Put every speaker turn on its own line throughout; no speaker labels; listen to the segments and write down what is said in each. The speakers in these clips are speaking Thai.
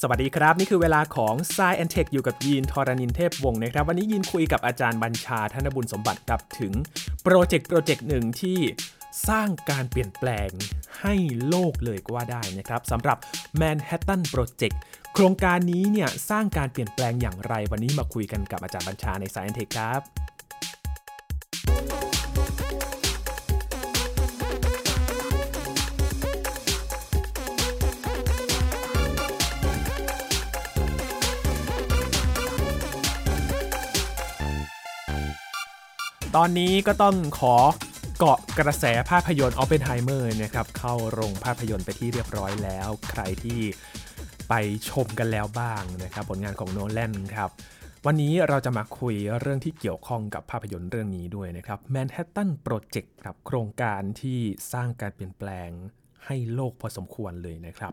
สวัสดีครับ นี่คือเวลาของ s ซแอนเทคอยู่กับยีนทอรานินเทพวงศ์นะครับ วันนี้ยีนคุยกับอาจารย์บัญชาธนบุญสมบัติกับถึงโปรเจกต์โปรเจกต์หนึ่งที่สร้างการเปลี่ยนแปลงให้โลกเลยก็ว่าได้นะครับสำหรับ Manhattan Project โครงการนี้เนี่ยสร้างการเปลี่ยนแปลงอย่างไรวันนี้มาคุยกันกับอาจารย์บัญชาใน s ซแอนเทคครับ ตอนนี้ก็ต้องขอเกาะกระแสภาพยนตร์ออปเปนไฮเมอร์นะครับเข้าโรงภาพยนตร์ไปที่เรียบร้อยแล้ว ใครที่ไปชมกันแล้วบ้างนะครับผลงานของโนแลนครับ วันนี้เราจะมาคุยเรื่องที่เกี่ยวข้องกับภาพยนตร์เรื่องนี้ด้วยนะครับ Manhattan Project ครับโครงการที่สร้างการเปลี่ยนแปลงให้โลกพอสมควรเลยนะครับ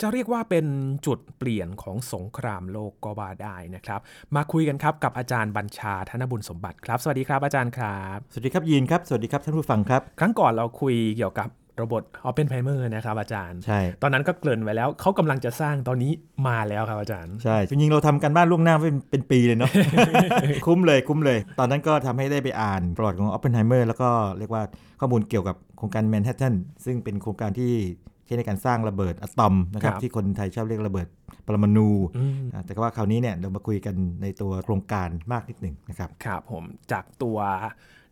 จะเรียกว่าเป็นจุดเปลี่ยนของสงครามโลกก็ว่าได้นะครับ มาคุยกันครับกับอาจารย์บัญชาธนบุญสมบัติครับ สวัสดีครับอาจารย์ครับ
สวัสดีครับยีนครับ สวัสดีครับท่านผู้ฟังครับ
ครั้งก่อนเราคุยเกี่ยวกับระบบ Oppenheimer นะครับอาจารย์
ใช่
ตอนนั้นก็เกริ่นไว้แล้วเขากำลังจะสร้างตอนนี้มาแล้วครับอาจารย์
ใช่จริงๆเราทำกันบ้านล่วงหน้าเป็นเป็นปีเลยเนาะ คุ้มเลยคุ้มเลย ตอนนั้นก็ทำให้ได้ไปอ่านประวัติของ Oppenheimer แล้วก็เรียกว่าข้อมูลเกี่ยวกับโครงการแมนฮัตตันซึ่งเป็นโครงการที่ใช้ในการสร้างระเบิดอะตอมนะครับ
ครับ
ที่คนไทยชอบเรียกระเบิดปรมาณู
อืม
อ่าแต่ก็ว่าคราวนี้เนี่ยเรามาคุยกันในตัวโครงการมากนิดหนึ่งนะครับ
ครับผมจากตัว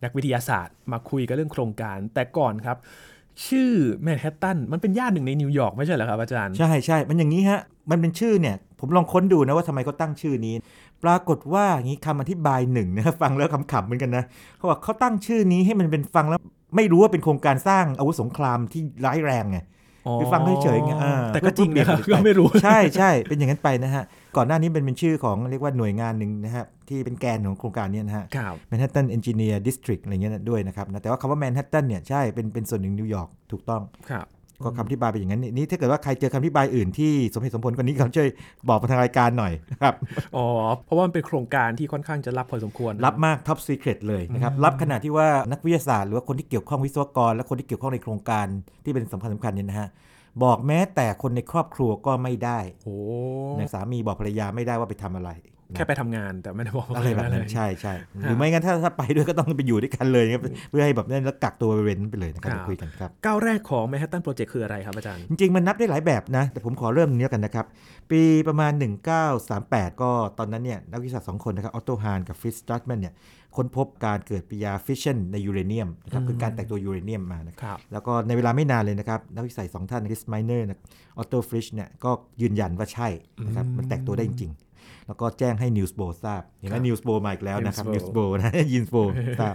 นักวิทยาศาสตร์มาคุยกันเรื่องโครงการ แต่ก่อนครับ ชื่อแมนฮัตตันมันเป็นย่านหนึ่งในนิวยอร์กไม่ใช่เหรอครับอาจารย์
ใช่ใช่ มันอย่างนี้ฮะ มันเป็นชื่อเนี่ย ผมลองค้นดูนะว่าทำไมเขาตั้งชื่อนี้ ปรากฏว่าอย่างนี้คำอธิบายห นึ่งนะ ฟังแล้วขำๆเหมือนกันนะเขาบอกเขาตั้งชื่อนี้ให้มันเป็นฟังแล้วไม่รู้ว่าเป็นโครงการสร้างอาวุธสงครามที่ร้ายแรงไง คือฟังเฉยๆไงอ่า
แต่ก็จริงนะครับ
เพื่อ
ก็ไม่รู้
ใช่ใช่ เป็นอย่างนั้นไปนะฮะ ก่อนหน้านี้เป็นเป็นชื่อของเรียกว่าหน่วยงานหนึ่งนะฮะที่เป็นแกนของโครงการเนี้นะฮะ
ครับ
Manhattan Engineer District อะไรเงี้ยนะด้วยนะครับนะแต่ว่าคำว่า Manhattan เนี่ยใช่เป็นเป็นส่วนหนึ่งนิวยอร์กถูกต้อง
ครับ
ก็คำอธิบายเป็นอย่างนั้นนี่นี่ถ้าเกิดว่าใครเจอคำอธิบายอื่นที่สมเหตุสมผลกว่านี้ก็ช่วยบอกมาทางรายการหน่อยนะครับ
อ๋อ เพราะว่ามันเป็นโครงการที่ค่อนข้างจะรับพอสมควรนะ
รับมากท็อปซีเครตเลยนะครับ รับขนาดที่ว่านักวิทยาศาสตร์ หรือว่าคนที่เกี่ยวข้องวิศวกร และคนที่เกี่ยวข้องในโครงการที่เป็นสำคัญสำคัญเนี่ยนะฮะ บอกแม้แต่คนในครอบครัวก็ไม่ได้
โอ้
นะสามีบอกภรรยาไม่ได้ว่าไปทำอะไรนะ
แค่ไปทำงานแต่ไม่ได้บอกว่า
อะไรแบบ
ป
นั้
ห
นใช่ใช่ห
ฮะ
รือไม่งั้นถ้าถ้าไปด้วยก็ต้องไปอยู่ด้วยกันเลยนะครับเพื่อให้แบบนั้นแล้วกักตัวไปเว้นไปเลยนะครับ
ครับ
เดี๋ยวคุยกันครับ
ก้าวแรกของ Manhattan Project คืออะไรครับอาจารย์
จริงๆ มันนับได้หลายแบบนะ แต่ผมขอเริ่มเนี้ยกันนะครับ ปีประมาณ 1938 ก็ตอนนั้นเนี่ยนักวิทยาศาสตร์สองคนนะครับออตโตฮานกับฟิสตัตแมนเนี่ยค้นพบการเกิดปฏิกิริยาฟิชชันในยูเรเนียมนะครับ
อืม
คือการแตกตัวยูเรเนียมมานะครับ
ครับ
แล้วก็ในเวลาไม่นานเลยนะครับ นักวิทยาศาสตร์สองท่านคริสไมเนอร์นะออตโตฟริชเนี่ยก็ยืนยันว่าใช่นะครับ
อืม
มันแตกตัวได้จริง ๆ แล้วก็แจ้งให้นิวส์โบทราบเห็นไหม
ครับ
นิวส์โบมาอีกแล้วนะครับ
Niels Bohr
นิวส์โบนะ ยินส์โบทราบ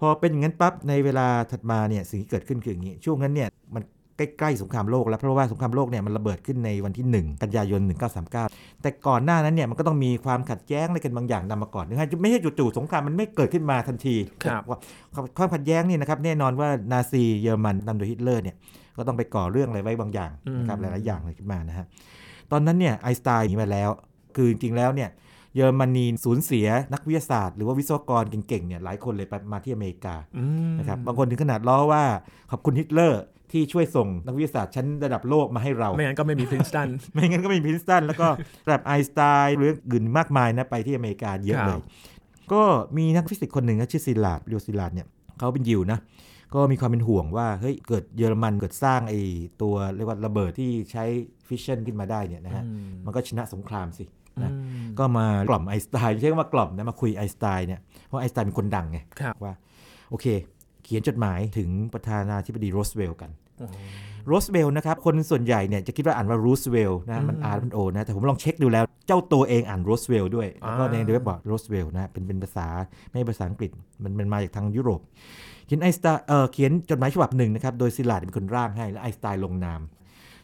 พอเป็นอย่างนั้นปั๊บในเวลาถัดมาเนี่ยสิ่งที่เกิดขึ้นคืออย่างนี้ ช่วงนั้นเนี่ยมันใกล้ๆสงครามโลกแล้ว เพราะว่าสงครามโลกเนี่ยมันระเบิดขึ้นในวันที่ 1 กันยายน 1939 แต่ก่อนหน้านั้นเนี่ยมันก็ต้องมีความขัดแย้งอะไรกันบางอย่างนำมาก่อนนะฮะไม่ใช่จู่ๆสงครามมันไม่เกิดขึ้นมาทันที
ครับ
ว่าความขัดแย้งเนี่ยนะครับแน่นอนว่านาซีเยอรมันนำโดยฮิตเลอร์เนี่ยก็ต้องไปก่อเรื่องอะไรไว้บางอย่างนะครับหลายๆอย่างเลยขึ้นมานะฮะตอนนั้นเนี่ยไอน์สไตน์หนีมาแล้ว คือจริงๆแล้วเนี่ย เยอรมนีสูญเสียนักวิทยาศาสตร์หรือว่าวิศวกรเก่งๆเนี่ยหลายคนเลยไปมาที่อเมริกา
อืม
นะครับบางคนถึงขนาดล้อว่าขอบคุณฮิตเลอร์ที่ช่วยส่งนักวิทยาศาสตร์ชั้นระดับโลกมาให้เรา
ไม่งั้นก็ไม่มี Princeton
ไม่งั้นก็ไม่มีพรินสตันแล้ว ก็ระดับไอน์สไตน์หรืออื่นมากมายนะไปที่อเมริกาเยอะ
ค
เล
รั
ย
บ
ก็มีนักฟิสิกส์คนหนึ่งนะชื่อซิลลาร์ดเรียวซิลลาร์ดเนี่ยเขาเป็นยิวนะก็มีความเป็นห่วงว่าเฮ้ยเกิดเยอรมันเกิดสร้างไอ้ตัวเรียกว่าระเบิดที่ใช้ฟิชชันขึ้นมาได้เนี่ยนะฮะ
อืม
มันก็ชนะสงครามสินะ
อืม
ก็มากล่อมไอน์สไตน์ไม่ใช่ว่ากล่อมนะ มาคุยไอน์สไตน์เนี่ย เพราะไอน์สไตน์เป็นคนดังไง
ครับ
ว่า โอเค เขียนจดหมายถึงประธานาธิบดีโรสเวลล์กัน
โอ้โห
โรสเวลล์นะครับ คนส่วนใหญ่เนี่ยจะคิดว่าอ่านว่ารูสเวลล์นะ มัน
อืม
อ่านมันโอนะ แต่ผมลองเช็คดูแล้ว เจ้าตัวเองอ่านโรสเวลล์ด้วย แล้วก็
อ่า
ในเว็บบอกโรสเวลล์นะ เป็นเป็นภาษาไม่ใช่ภาษาอังกฤษ มันมันมาจากทางยุโรป เขียนไอน์สไตน์เอ่อเขียนจดหมายฉบับหนึ่งนะครับ โดยซิลลาร์ดเป็นคนร่างให้ และไอน์สไตน์ลงนาม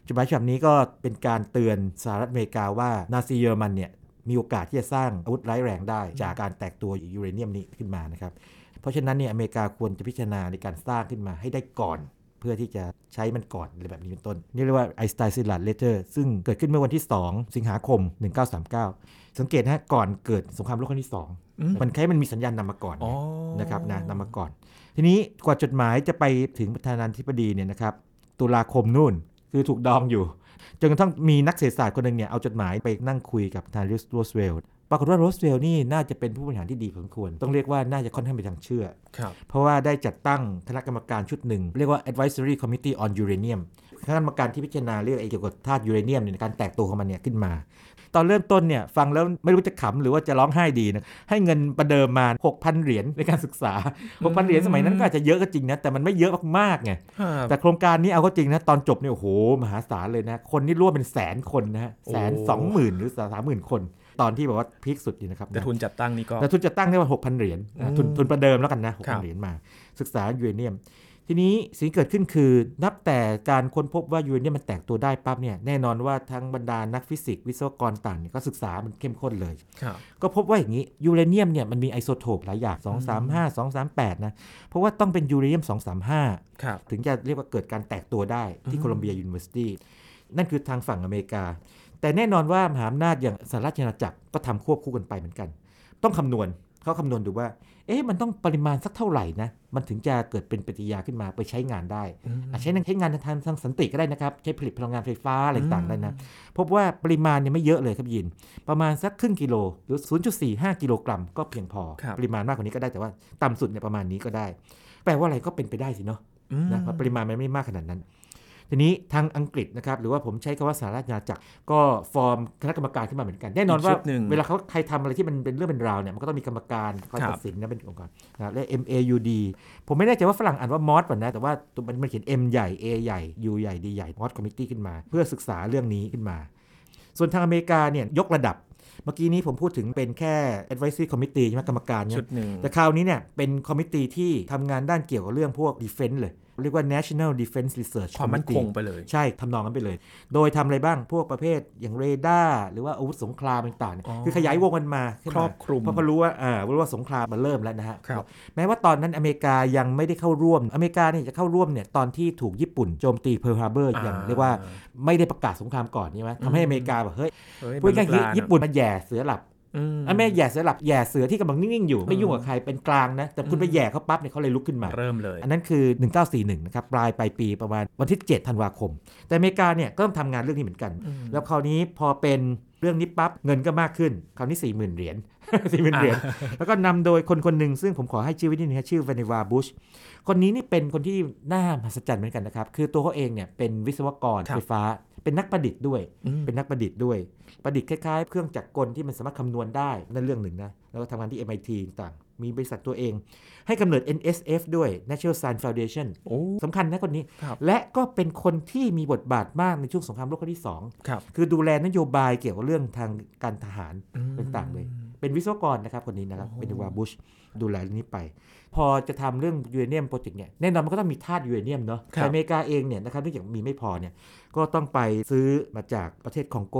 จดหมายฉบับนี้ก็เป็นการเตือนสหรัฐอเมริกาว่านาซีเยอรมันเนี่ยมีโอกาสที่จะสร้างอาวุธร้ายแรงได้ จากการแตกตัวยูเรเนียมนี้ขึ้นมานะครับ เพราะฉะนั้นเนี่ยอเมริกาควรจะพิจารณาในการสร้างขึ้นมาให้ได้ก่อน เพื่อที่จะใช้มันก่อนอะไรแบบนี้เป็นต้นนี่เรียกว่าไอสไตน์ซิลลัดเลเตอร์ซึ่งเกิดขึ้นเมื่อวันที่ 2 สิงหาคม 1939 สังเกตนะฮะก่อนเกิดสงครามโลกครั้งที่สอง
อืม
มันคล้ายมันมีสัญญาณนำมาก่อนไง
อ๋อ
นะครับนะนำมาก่อน ทีนี้กว่าจดหมายจะไปถึงประธานาธิบดีเนี่ยนะครับตุลาคมนู่น คือถูกดองอยู่ จนกระทั่งมีนักเศรษฐศาสตร์คนหนึ่งเนี่ยเอาจดหมายไปนั่งคุยกับทางโรสเวลล์ปรากฏว่าโรสเวลล์นี่น่าจะเป็นผู้บริหารที่ดีพอสมควร ต้องเรียกว่าน่าจะค่อนข้างไปทางเชื่อ
ครับ
เพราะว่าได้จัดตั้งคณะกรรมการชุดหนึ่ง เรียกว่า advisory committee on uranium คณะกรรมการที่พิจารณาเรื่องไอ้เกี่ยวกับธาตุยูเรเนียมเนี่ยในการแตกตัวของมันเนี่ยขึ้นมา ตอนเริ่มต้นเนี่ยฟังแล้วไม่รู้จะขำหรือว่าจะร้องไห้ดีนะให้เงินประเดิมมา 6,000 เหรียญในการศึกษา 6,000 เหรียญสมัยนั้นก็อาจจะเยอะก็จริงนะแต่มันไม่เยอะมากๆไง แต่โครงการนี้เอาก็จริงนะ ตอนจบเนี่ยโอ้โห มหาศาลเลยนะ คนนี่ร่วมเป็นแสนคนนะฮะ
โอ้
แสนสองหมื่นหรือสามหมื่นคน ตอนที่แบบว่าพีคสุดนี่นะครับ
แต่ทุนจัดตั้งนี่ก็
แต่ทุนจะตั้งได้ว่าหกพันเหรียญนะ
อืม
ทุนทุนประเดิมแล้วกันนะหก
ครั
พัน
บ
เหรียญมา ศึกษายูเรเนียม ทีนี้สิ่งที่เกิดขึ้นคือนับแต่การค้นพบว่ายูเรเนียมมันแตกตัวได้ปั๊บเนี่ยแน่นอนว่าทั้งบรรดานักฟิสิกส์วิศวกรต่างเนี่ยก็ศึกษามันเข้มข้นเลย
ครับ
ก็พบว่าอย่างนี้ยูเรเนียมเนี่ยมันมีไอโซโทปหลายอย่าง235 238นะเพราะว่าต้องเป็นยูเรเนียม 235
ครับ
ถึงจะเรียกว่าเกิดการแตกตัวได้ที่
อืม
โคลัมเบียยูนิเวอร์ซิตี้นั่นคือทางฝั่งอเมริกา แต่แน่นอนว่ามหาอำนาจอย่างสหรัฐอเมริกาก็ทำควบคู่กันไปเหมือนกัน ต้องคำนวณเขาคำนวณดูว่า เอ๊ะมันต้องปริมาณสักเท่าไหร่นะ มันถึงจะเกิดเป็นปฏิกิริยาขึ้นมาไปใช้งานได้
อืม
อาจใช้ในใช้งานทางทางสันติก็ได้นะครับ ใช้ผลิตพลังงานไฟฟ้าอะไรต่างๆได้นะ พบว่าปริมาณเนี่ยไม่เยอะเลยครับยิน ประมาณสักครึ่งกิโลหรือ 0.45 กิโลกรัมก็เพียงพอ
ครับ
ปริมาณมากกว่านี้ก็ได้แต่ว่าต่ำสุดเนี่ยประมาณนี้ก็ได้ แปลว่าอะไรก็เป็นไปได้สิเนาะ
อืม
นะว่าปริมาณมันไม่มากขนาดนั้น ทีนี้ทางอังกฤษนะครับ หรือว่าผมใช้คำว่าสหราชอาณาจักรก็ฟอร์มคณะกรรมการขึ้นมาเหมือนกัน แน่นอน
อีกชุ
ว่า
ดหนึ่ง
เวลาเขาใครทำอะไรที่มันเป็นเรื่องเป็นราวเนี่ยมันก็ต้องมีกรรมการคอย
ครับ
ตัดสินนะเป็นองค์กรนะและ MAUD ผมไม่แน่ใจว่าฝรั่งอ่านว่ามอสป่ะนะ แต่ว่าตัวมันมันเขียน M ใหญ่ A ใหญ่ U ใหญ่ D ใหญ่มอสคอมมิตี้ขึ้นมา เพื่อศึกษาเรื่องนี้ขึ้นมา ส่วนทางอเมริกาเนี่ยยกระดับ เมื่อกี้นี้ผมพูดถึงเป็นแค่ advisory committee ใช่ไหมกรรมการเนี่ย
ชุดหนึ่ง
แต่คราวนี้เนี่ยเป็นคอมมิตี้ที่ทำงานด้านเกี่ยวกับเรื่องพวก defense เลย เรียกว่า National Defense Research
ความมั่นคง
Committee
ไปเลย
ใช่ทำนองนั้นไปเลย โดยทำอะไรบ้างพวกประเภทอย่างเรดาร์หรือว่าอาวุธสงครามต่างๆเนี่ย
อ๋อ
คือขยายวงมันมาขึ้นมา
ครอบคลุม
เพราะพอรู้ว่าอ่ารู้ว่าสงครามมันเริ่มแล้วนะฮะ
ครับ
แม้ว่าตอนนั้นอเมริกายังไม่ได้เข้าร่วม อเมริกาเนี่ยจะเข้าร่วมเนี่ยตอนที่ถูกญี่ปุ่นโจมตีเพิร์ลฮาร์เบอร์อย่างเรียกว่าไม่ได้ประกาศสงครามก่อนใช่ไหมทำให้อเมริกาแบบเฮ้ย
เฮ้ย
พูดง่าย
มันลุกลาม
ๆญี่ปุ่นมาแหย่เสือหลับ
อืม
อันไม่แหย่เสือหลับแหย่เสือที่กำลังนิ่ง ๆ อยู่ ไม่ยุ่งกับใครเป็นกลางนะ แต่คุณ
อืม
ไปแหย่เขาปั๊บเนี่ยเขาเลยลุกขึ้นมา
เริ่มเลย
อันนั้นคือ 1941 นะครับ ปลายปลายปีประมาณวันที่ 7 ธันวาคม แต่อเมริกาเนี่ยก็ต้องทำงานเรื่องนี้เหมือนกัน
อืม
แล้วคราวนี้พอเป็นเรื่องนี้ปั๊บ เงินก็มากขึ้น คราวนี้ 40,000 เหรียญ 40,000 เหรียญแล้วก็นำโดยคนคนหนึ่งซึ่งผมขอให้ชื่อไว้นิดนึงนะชื่อวานิวาบุชคนนี้นี่เป็นคนที่น่ามหัศจรรย์เหมือนกันนะครับคือตัวเขาเองเนี่ยเป็นวิศวกร
ครับ
ไฟฟ้า เป็นนักประดิษฐ์ด้วย
อืม
เป็นนักประดิษฐ์ด้วย ประดิษฐ์คล้ายๆ เครื่องจักรกลที่มันสามารถคำนวณได้ นั่นเรื่องหนึ่งนะ แล้วก็ทำงานที่ MIT ต่างมีบริษัทตัวเอง ให้กำเนิด NSF ด้วย National Science Foundation
โอ้
สำคัญนะคนนี้
ครับ
และก็เป็นคนที่มีบทบาทมากในช่วงสงครามโลกครั้งที่
ครับ
2 คือดูแลนโยบายเกี่ยวกับเรื่องทางการทหาร
อืม
ต่างๆเลย เป็นวิศวกรนะครับคนนี้นะครับ
โอ้โห
เป็นวาบุชดูแลเรื่องนี้ไป พอจะทำเรื่องยูเรเนียมโปรเจกต์เนี่ยแน่นอนมันก็ต้องมีธาตุยูเรเนียมเนาะ
ครับ
แต่อเมริกาเองเนี่ยนะครับเนื่องจากมีไม่พอเนี่ยก็ต้องไปซื้อมาจากประเทศคองโก